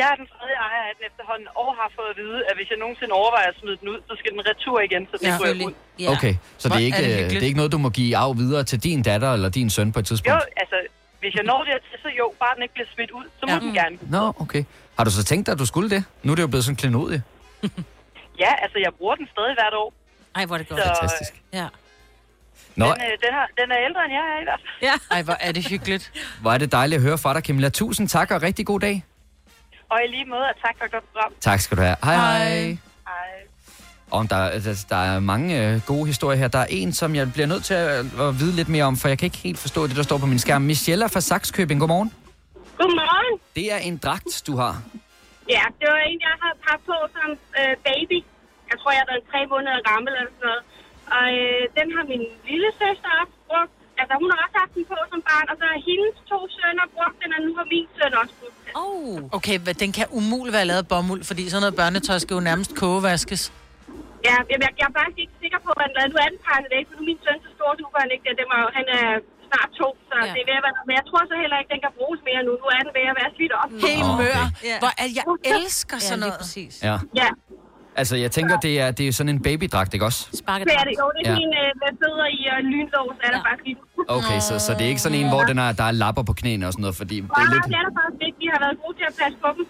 [SPEAKER 12] Jeg er den tredje ejer af den efterhånden, og har fået at vide, at hvis jeg nogensinde overvejer at smide den ud, så skal den retur igen, så den ja. ryger ud.
[SPEAKER 1] Ja. Okay, så det er, ikke, øh, det, det er ikke noget, du må give af videre til din datter eller din søn på et
[SPEAKER 12] Jo,
[SPEAKER 1] tidspunkt?
[SPEAKER 12] altså, hvis jeg når det til, så jo, bare den ikke bliver smidt ud, så må ja. den gerne.
[SPEAKER 1] Nå, okay. Har du så tænkt dig, at du skulle det? Nu er det jo blevet sådan klenodie.
[SPEAKER 12] Ja, altså, jeg bruger den stadig hvert år.
[SPEAKER 3] Ej, hvor er det
[SPEAKER 12] godt. Så,
[SPEAKER 1] Fantastisk.
[SPEAKER 3] Ja.
[SPEAKER 1] Nå,
[SPEAKER 12] Den, øh, den, har, den er ældre, end jeg er i hvert fald.
[SPEAKER 3] Ja.
[SPEAKER 2] Ej, hvor er det hyggeligt.
[SPEAKER 1] hvor er det dejligt at høre fra dig, Camilla. Tusind tak og rigtig god dag.
[SPEAKER 12] Og i lige måde, og tak for et godt program.
[SPEAKER 1] Tak skal du have. Hej hej.
[SPEAKER 12] Hej.
[SPEAKER 1] Og der, der, der er mange øh, gode historier her. Der er en, som jeg bliver nødt til at, at vide lidt mere om, for jeg kan ikke helt forstå det, der står på min skærm. Michelle fra Saxkøbing, godmorgen.
[SPEAKER 11] Godmorgen.
[SPEAKER 1] Det er en dragt, du har.
[SPEAKER 11] Ja, det var en, jeg har haft på som øh, baby. Jeg tror, jeg har været tre måneder gammel eller sådan noget. Og øh, den har min lille søster også brugt. Altså, hun har også haft den på som barn, og så har hendes to sønner brugt den, og nu har min søn også brugt den.
[SPEAKER 3] Oh.
[SPEAKER 2] Okay, hvad- den kan umuligt være lavet af bomuld, fordi sådan noget børnetøj skal jo nærmest kogevaskes.
[SPEAKER 11] Ja, jeg, jeg, jeg er faktisk ikke sikker på, at nu er den pakket af, for nu er min søn så stor, nu kan han ikke det. Den var, jo- han er snart to, så ja. det er ved at være, men jeg tror så heller ikke, den kan bruges mere nu. Nu er den ved at være slidt op.
[SPEAKER 2] Helt
[SPEAKER 1] Nå,
[SPEAKER 2] mør.
[SPEAKER 1] okay.
[SPEAKER 2] Hvor er, jeg elsker sådan noget. Ja,
[SPEAKER 3] præcis.
[SPEAKER 1] Ja.
[SPEAKER 11] Ja.
[SPEAKER 1] Altså, jeg tænker, det er, det er sådan en babydragt, ikke også?
[SPEAKER 3] Sparket
[SPEAKER 11] det er det. Jo, det er
[SPEAKER 1] Ja.
[SPEAKER 11] ja. min øh, med fødder i og lynlås, er der ja. faktisk lige nu.
[SPEAKER 1] Okay, så, så det er ikke sådan en, hvor den er, der er lapper på knæene og sådan noget, fordi det er
[SPEAKER 11] Nej,
[SPEAKER 1] lidt...
[SPEAKER 11] det er der faktisk ikke. Vi har været gode til at passe på dem.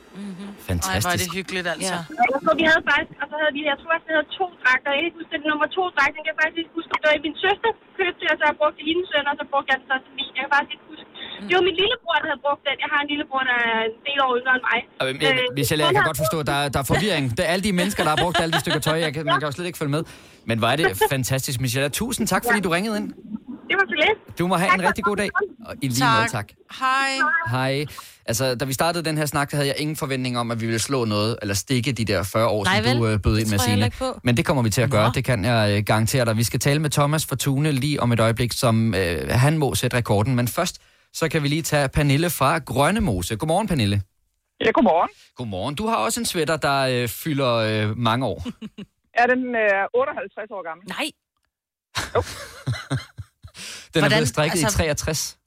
[SPEAKER 1] Fantastisk.
[SPEAKER 2] Ej, var det hyggeligt, altså. Ja.
[SPEAKER 11] Og så vi havde faktisk, og så havde vi, jeg tror, at det havde to dragter. Jeg kan ikke huske, det er den nummer to dragt, den kan jeg faktisk ikke huske. Det var i min søster købte, og så har jeg brugt til hendes søn, og så brugte jeg den så til min. Jeg kan faktisk ikke huske.
[SPEAKER 1] Mm.
[SPEAKER 11] Det var min lillebror, der havde brugt den. Jeg har en lillebror, der er en del år yngre end mig.
[SPEAKER 1] Og, men, Jeg,
[SPEAKER 11] Øh,
[SPEAKER 1] Michelle, jeg
[SPEAKER 11] han
[SPEAKER 1] kan
[SPEAKER 11] har
[SPEAKER 1] godt forstå, at der, er- der er forvirring. Det er alle de mennesker, der har brugt alle de stykker tøj. Jeg kan, man kan jo slet ikke følge med. Men hvor er det fantastisk, Michelle. Tusind tak, fordi du ringede ind.
[SPEAKER 11] brugt- Det var så lidt.
[SPEAKER 1] Du må have en rigtig god dag. Og i lige måde, tak.
[SPEAKER 2] Hej.
[SPEAKER 1] Hej. Altså, da vi startede den her snak, der havde jeg ingen forventning om, at vi ville slå noget, eller stikke de der 40 år,
[SPEAKER 3] Nej,
[SPEAKER 1] som du
[SPEAKER 3] vel?
[SPEAKER 1] øh, bød
[SPEAKER 3] Det
[SPEAKER 1] ind med,
[SPEAKER 3] tror jeg heller
[SPEAKER 1] Signe.
[SPEAKER 3] ikke på.
[SPEAKER 1] Men det kommer vi til at gøre, det kan jeg øh, garantere dig. Vi skal tale med Thomas Fortune lige om et øjeblik, som øh, han må sætte rekorden. Men først, så kan vi lige tage Pernille fra Grønnemose. Godmorgen, Pernille.
[SPEAKER 13] Ja, godmorgen.
[SPEAKER 1] Godmorgen. Du har også en sweater, der øh, fylder øh, mange år.
[SPEAKER 13] Er den øh, 58 år gammel?
[SPEAKER 3] Nej.
[SPEAKER 1] Den Hvordan? er
[SPEAKER 13] Hvordan?
[SPEAKER 1] blevet strikket altså... i
[SPEAKER 13] Altså-
[SPEAKER 1] 63.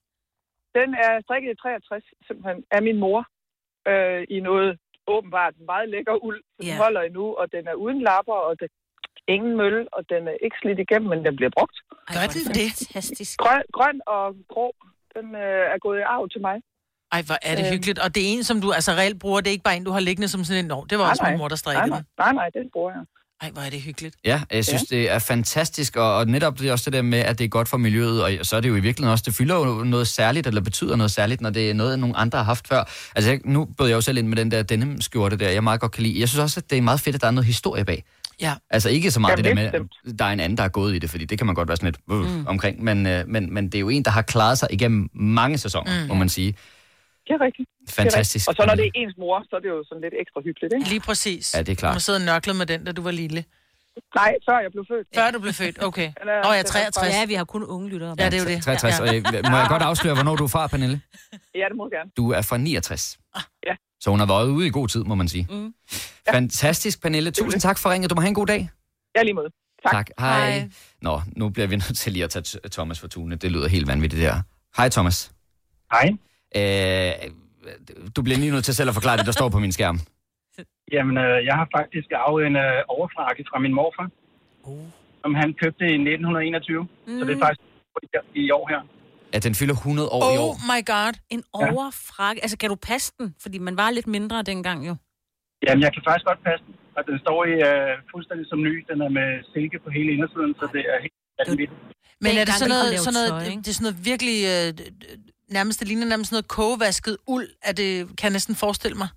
[SPEAKER 13] Den er strikket i 63, simpelthen, af min mor. Øh, I noget åbenbart meget lækker uld. Den
[SPEAKER 2] Ja.
[SPEAKER 13] holder endnu, og den er uden lapper, og den ingen mølle, og den er ikke slidt igennem, men den bliver brugt.
[SPEAKER 2] Gør den det?
[SPEAKER 3] Fantastisk.
[SPEAKER 13] Grøn, grøn og grå, den øh, er gået i arv til mig.
[SPEAKER 2] Ej, hvor er det
[SPEAKER 13] Øhm.
[SPEAKER 2] hyggeligt. Og det er en, som du altså reelt bruger. Det er ikke bare en, du har liggende som sådan en... Nå, det var også min mor, der strikkede
[SPEAKER 13] nej,
[SPEAKER 2] den.
[SPEAKER 13] nej, nej, den bruger jeg.
[SPEAKER 2] Ej, hvor er det hyggeligt.
[SPEAKER 1] Ja, jeg synes, ja. det er fantastisk, og, og netop det er også det der med, at det er godt for miljøet, og så er det jo i virkeligheden også, det fylder jo noget særligt, eller betyder noget særligt, når det er noget, nogle andre har haft før. Altså, jeg, nu bød jeg jo selv ind med den der denim-skjorte der, jeg meget godt kan lide. Jeg synes også, at det er meget fedt, at der er noget historie bag.
[SPEAKER 2] Ja.
[SPEAKER 1] Altså ikke så meget
[SPEAKER 13] Ja,
[SPEAKER 1] ja, det der med,
[SPEAKER 13] bestemt.
[SPEAKER 1] at der er en anden, der er gået i det, fordi det kan man godt være sådan lidt øh,
[SPEAKER 13] Mm.
[SPEAKER 1] mm. omkring, men, øh, men, men det er jo en, der har klaret sig igennem mange sæsoner,
[SPEAKER 13] Mm.
[SPEAKER 1] mm. må man sige.
[SPEAKER 13] Det er rigtigt. Det er
[SPEAKER 1] Fantastisk.
[SPEAKER 13] rigtigt. Og så når det er ens mor, så er det jo sådan lidt ekstra hyggeligt, ikke?
[SPEAKER 2] Lige præcis.
[SPEAKER 1] Ja, det er klart.
[SPEAKER 2] Du må sidde og nørkle med den, da du var lille.
[SPEAKER 13] Nej, før jeg blev født.
[SPEAKER 2] Før du blev født, okay.
[SPEAKER 13] Eller-
[SPEAKER 2] Nå, jeg er 63.
[SPEAKER 3] Ja, vi har kun unge lyttere.
[SPEAKER 2] Ja, det er jo det.
[SPEAKER 1] 63,
[SPEAKER 2] Ja.
[SPEAKER 1] og jeg, må jeg godt afsløre, hvornår du er fra, Pernille?
[SPEAKER 13] Ja, det må jeg gerne.
[SPEAKER 1] Du er fra 69.
[SPEAKER 13] Ja.
[SPEAKER 1] Så hun har været ude i god tid, må man sige.
[SPEAKER 3] Mm.
[SPEAKER 1] Ja. Fantastisk, Pernille. Tusind tak for ringet. Du må have en god dag.
[SPEAKER 13] Ja, lige måde.
[SPEAKER 1] Tak. tak. Hej.
[SPEAKER 13] Hej.
[SPEAKER 1] Hej. Nå, nu bliver vi nødt til lige at tage t- Thomas for tune. Det lyder helt vanvittigt, det der. Hej, Thomas.
[SPEAKER 14] Hej.
[SPEAKER 1] Øh, du bliver lige nødt til selv at forklare det, der står på min skærm.
[SPEAKER 14] Jamen, øh, jeg har faktisk arvet en øh, overfrakke fra min morfar,
[SPEAKER 2] uh.
[SPEAKER 14] som han købte i 1921. Mm. Så det er faktisk i år her.
[SPEAKER 1] At den fylder 100 år i
[SPEAKER 3] Oh
[SPEAKER 1] år.
[SPEAKER 2] my god.
[SPEAKER 3] En overfrakke. Altså, kan du passe den? Fordi man var lidt mindre dengang jo.
[SPEAKER 14] Jamen, jeg kan faktisk godt passe den. Og den står i øh, fuldstændig som ny. Den er med silke på hele indersiden, så det er helt vanvittigt.
[SPEAKER 2] Men er det
[SPEAKER 14] Dengang
[SPEAKER 2] sådan
[SPEAKER 14] vi kunne
[SPEAKER 2] noget,
[SPEAKER 14] lave
[SPEAKER 2] sådan noget,
[SPEAKER 14] tøj,
[SPEAKER 2] tøj,
[SPEAKER 14] ikke?
[SPEAKER 2] det er sådan noget virkelig, øh, øh, nærmest, det ligner nærmest sådan noget kogevasket uld, er det, kan jeg næsten forestille mig.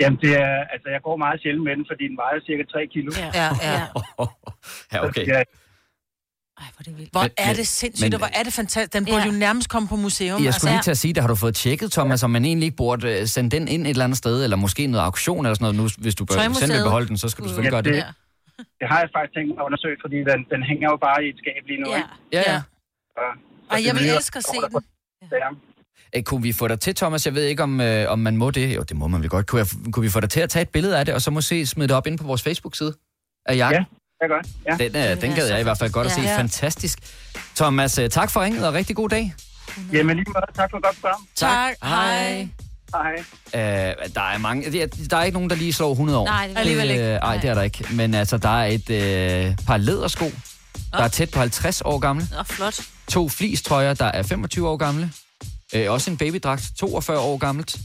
[SPEAKER 14] Jamen, det er, altså, jeg går meget sjældent med den, fordi den vejer cirka 3 kilo.
[SPEAKER 2] Ja, ja.
[SPEAKER 1] Ja, okay.
[SPEAKER 14] Ja,
[SPEAKER 2] Hvor
[SPEAKER 1] Men-
[SPEAKER 2] er
[SPEAKER 1] men-
[SPEAKER 2] det sindssygt, men,
[SPEAKER 1] men-
[SPEAKER 2] og hvor er det fantastisk. Den burde jo nærmest komme på museum.
[SPEAKER 1] Jeg skulle lige
[SPEAKER 2] altså.
[SPEAKER 1] til at sige, det har du fået tjekket, Thomas, om man egentlig ikke burde øh, sende den ind et eller andet sted, eller måske noget auktion eller sådan noget. Nu, hvis du bør,
[SPEAKER 14] Tøjmuseet.
[SPEAKER 1] selv vil beholde den, så skal du selvfølgelig gøre
[SPEAKER 14] Ja,
[SPEAKER 1] det.
[SPEAKER 14] det- det har jeg faktisk tænkt mig at undersøge, fordi den, den hænger jo bare i et skab lige nu. Ja,
[SPEAKER 1] ja. ja.
[SPEAKER 2] Ej, jeg vil elske at se den.
[SPEAKER 1] Øh, Kunne vi få dig til, Thomas? Jeg ved ikke, om, øh, om man må det. Jo, det må man vel godt. Kunne, jeg, kunne vi få dig til at tage et billede af det, og så måske smide det op ind på vores Facebook-side af jakken?
[SPEAKER 14] Ja, det er godt. Ja.
[SPEAKER 1] Den, øh, den gad jeg i hvert fald godt at se.
[SPEAKER 14] Ja. Ja.
[SPEAKER 1] Fantastisk. Thomas, øh, tak for ringet, og rigtig god dag.
[SPEAKER 14] Jamen, lige meget. Tak for et godt program.
[SPEAKER 1] Tak.
[SPEAKER 14] Hej. Hej.
[SPEAKER 1] Øh, der er mange. det er- Der er ikke nogen, der lige slår 100 år.
[SPEAKER 14] Nej, det er alligevel ikke.
[SPEAKER 1] Øh, ej, det er der ikke. Men altså, der er et øh, par lædersko, der er tæt på 50 år gamle.
[SPEAKER 3] Nå, flot.
[SPEAKER 1] To flistrøjer, der er 25 år gamle. Øh, også en babydragt, 42 år gammelt.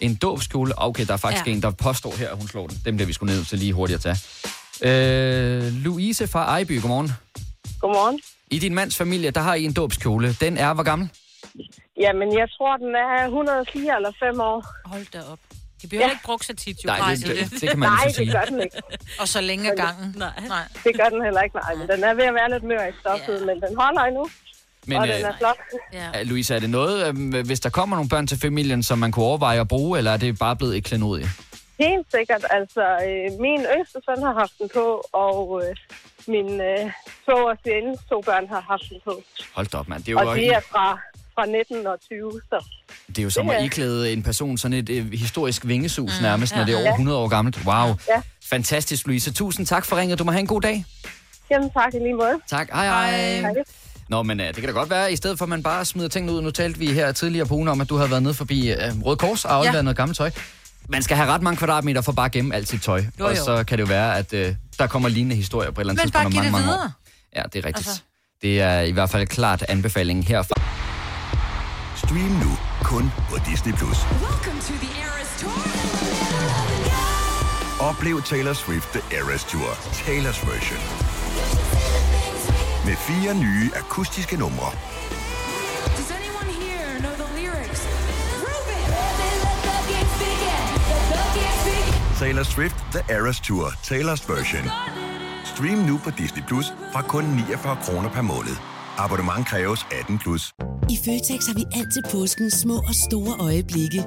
[SPEAKER 1] En dåbskjole. Okay, der er faktisk
[SPEAKER 15] Ja.
[SPEAKER 1] ja. en, der påstår her, at hun slår den. Dem bliver vi sgu ned til lige hurtigt at tage. Øh, Louise fra Ejby, godmorgen.
[SPEAKER 16] Godmorgen.
[SPEAKER 1] I din mands familie, der har I en dåbskjole. Den er hvor gammel?
[SPEAKER 16] Jamen, jeg tror, den er 104 eller 5 år.
[SPEAKER 3] Hold da op. De bliver ja. ikke brugt så tit, jo.
[SPEAKER 1] Nej, det- det- det kan man jo så
[SPEAKER 16] Nej, det
[SPEAKER 1] sige.
[SPEAKER 16] gør den ikke.
[SPEAKER 2] Og så længe ad gangen. Nej. Nej.
[SPEAKER 16] Det gør den heller ikke, nej. Men den er ved at være lidt mør i stoffet, men den holder endnu.
[SPEAKER 1] Men,
[SPEAKER 16] og
[SPEAKER 1] øh,
[SPEAKER 16] den er flot.
[SPEAKER 3] Ja.
[SPEAKER 1] Øh, Louise, er det noget, øh, hvis der kommer nogle børn til familien, som man kunne overveje at bruge, eller er det bare blevet et klenodie?
[SPEAKER 16] Helt sikkert. Altså, øh, min yngste søn har haft den på, og øh, min øh, svogers ene to børn har haft den på.
[SPEAKER 1] Hold da op, mand. Det er
[SPEAKER 16] og
[SPEAKER 1] jo,
[SPEAKER 16] de er fra, fra 19 og 20, så...
[SPEAKER 1] det er jo som
[SPEAKER 16] det
[SPEAKER 1] at
[SPEAKER 16] er-
[SPEAKER 1] iklæde en person sådan et øh, historisk vingesus
[SPEAKER 16] Mm,
[SPEAKER 1] nærmest, når
[SPEAKER 16] ja.
[SPEAKER 1] det er
[SPEAKER 16] Ja.
[SPEAKER 1] over 100 år gammelt. Wow.
[SPEAKER 16] Ja.
[SPEAKER 1] Fantastisk, Louise. Tusind tak for ringet. Du må have en god dag.
[SPEAKER 16] Jamen, tak i lige måde.
[SPEAKER 1] Tak. Hej, hej. hej. Nå, men øh, det kan da godt være, i stedet for at man bare smider tingene ud. Nu talte vi her tidligere på ugen om, at du havde været nede forbi øh, Røde Kors og afleveret ja. noget gammelt tøj. Man skal have ret mange kvadratmeter for bare at gemme alt sit tøj.
[SPEAKER 2] Jo,
[SPEAKER 1] Og
[SPEAKER 2] jo.
[SPEAKER 1] så kan det jo være, at øh, der kommer lignende historier på et eller andet
[SPEAKER 2] Men
[SPEAKER 1] tidspunkt
[SPEAKER 2] bare
[SPEAKER 1] om
[SPEAKER 2] giv
[SPEAKER 1] mange,
[SPEAKER 2] det
[SPEAKER 1] mange år.
[SPEAKER 2] videre.
[SPEAKER 1] Ja, det er rigtigt.
[SPEAKER 2] Altså.
[SPEAKER 1] Altså. Det er i hvert fald klart anbefalingen herfra.
[SPEAKER 15] Stream nu kun på Disney+. Plus.
[SPEAKER 8] Welcome to the Eras Tour.
[SPEAKER 15] Oplev Taylor Swift The Eras Tour, Taylor's version. Med fire nye akustiske numre.
[SPEAKER 8] Does anyone here know the lyrics?
[SPEAKER 15] Taylor Swift The Eras Tour, Taylor's version. Stream nu på Disney Plus fra kun 49 kroner per måned. Abonnement kræves 18 plus.
[SPEAKER 17] I Føtex har vi alt til påsken små og store øjeblikke.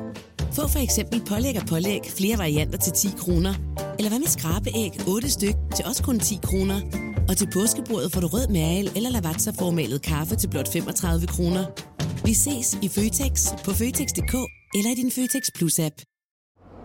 [SPEAKER 17] Få for eksempel pålæg og pålæg flere varianter til 10 kroner. Eller hvad med skrabeæg 8 styk til også kun 10 kroner. Og til påskebordet får du rød mal eller lavatserformalet kaffe til blot 35 kroner. Vi ses i Føtex på Føtex.dk eller i din Føtex Plus-app.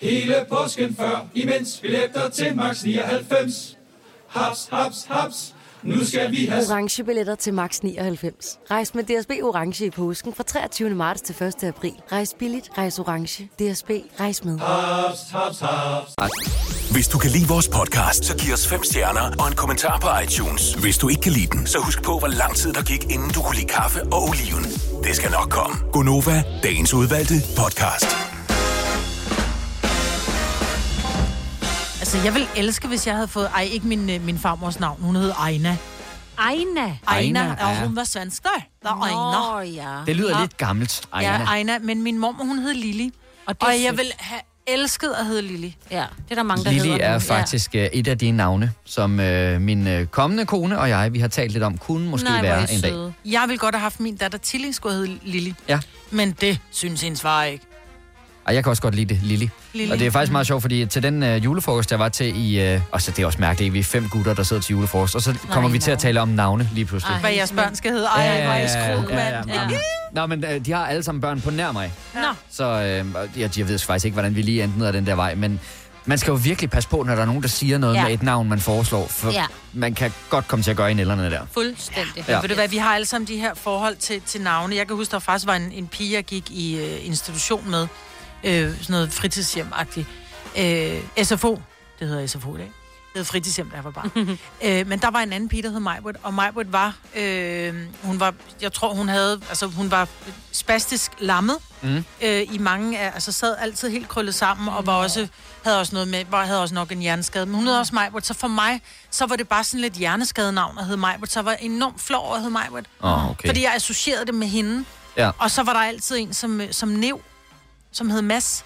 [SPEAKER 7] Hele påsken før, imens billetter til max 99. Haps, haps, haps. Nu skal vi have...
[SPEAKER 18] orange billetter til max 99. Rejs med DSB orange i påsken fra 23. marts til 1. april. Rejs billigt, rejs orange. DSB rejs med.
[SPEAKER 7] Haps, haps, haps.
[SPEAKER 4] Hvis du kan lide vores podcast, så giv os fem stjerner og en kommentar på iTunes. Hvis du ikke kan lide den, så husk på, hvor lang tid der gik, inden du kunne lide kaffe og oliven. Det skal nok komme.
[SPEAKER 15] Gonova, dagens udvalgte podcast.
[SPEAKER 2] Altså, jeg ville elske, hvis jeg havde fået... Ej, ikke min, øh, min farmors navn. Hun hed Ejna.
[SPEAKER 3] Ejna?
[SPEAKER 2] Ejna,
[SPEAKER 1] Ejna,
[SPEAKER 2] og
[SPEAKER 1] ja.
[SPEAKER 2] hun var svensk, der. Der er Ejna.
[SPEAKER 3] Nå, ja.
[SPEAKER 1] Det lyder
[SPEAKER 2] Ja.
[SPEAKER 1] lidt gammelt, Ejna.
[SPEAKER 2] Ja, Ejna. Men min mor, hun hed Lili. Og,
[SPEAKER 3] det er
[SPEAKER 2] og jeg
[SPEAKER 3] sødt.
[SPEAKER 2] ville have elsket at hedde Lili.
[SPEAKER 3] Ja, det er der mange, der
[SPEAKER 1] Lili
[SPEAKER 3] hedder.
[SPEAKER 1] er
[SPEAKER 3] nu.
[SPEAKER 1] faktisk ja. et af de navne, som øh, min øh, kommende kone og jeg, vi har talt lidt om, kunne måske
[SPEAKER 2] Nej, hvor er I
[SPEAKER 1] være en dag.
[SPEAKER 2] søde. Jeg ville godt have haft min datter Tilling skulle hedde Lili.
[SPEAKER 1] Ja.
[SPEAKER 2] Men det synes hendes far ikke.
[SPEAKER 1] Og jeg kan også godt lide det, Lili.
[SPEAKER 2] Lili.
[SPEAKER 1] Og det er faktisk meget sjovt, fordi til den øh, julefrokost, jeg var til i... Øh, og så det er også mærkeligt, vi er fem gutter, der sidder til julefrokost, og så kommer vi til at tale om navne lige pludselig.
[SPEAKER 2] Hvad jeres børn skal hedde. Ej, ja, ja, ja, ja, ja.
[SPEAKER 1] men- Nå, men øh, de har alle sammen børn på nær mig.
[SPEAKER 2] Nå.
[SPEAKER 1] Så øh, og jeg, jeg ved faktisk ikke, hvordan vi lige endte ned ad den der vej, men man skal jo virkelig passe på, når der er nogen, der siger noget
[SPEAKER 2] Ja.
[SPEAKER 1] ja. med et navn, man foreslår, for
[SPEAKER 2] Ja.
[SPEAKER 1] ja. man kan godt komme til at gøre en ellerne der.
[SPEAKER 3] Fuldstændig.
[SPEAKER 2] Ja.
[SPEAKER 1] Ja.
[SPEAKER 2] Ved du hvad, vi har alle sammen de her forhold til, til navne. Jeg kan huske, der faktisk var en, en pige, jeg gik i øh, institution med. Øh, sådan noget fritidshjem-agtigt. Øh, SFO. Det hedder SFO i dag. Det hed fritidshjem, da jeg var barn. øh, men der var en anden pige, der hed Majbert, og Majbert var, øh, hun var, jeg tror hun havde, altså hun var spastisk lammet
[SPEAKER 8] Mm.
[SPEAKER 2] øh, i mange af, altså sad altid helt krøllet sammen, og var også, havde også noget med, var, havde også nok en hjerneskade, men hun hed også Majbert, så for mig, så var det bare sådan lidt hjerneskadenavn, at hedde Majbert, så jeg var enormt flov over at hedde Majbert,
[SPEAKER 1] Åh, okay.
[SPEAKER 2] fordi jeg associerede det med hende,
[SPEAKER 1] Ja.
[SPEAKER 2] og så var der altid en som, øh, som Nev, som hed Mads,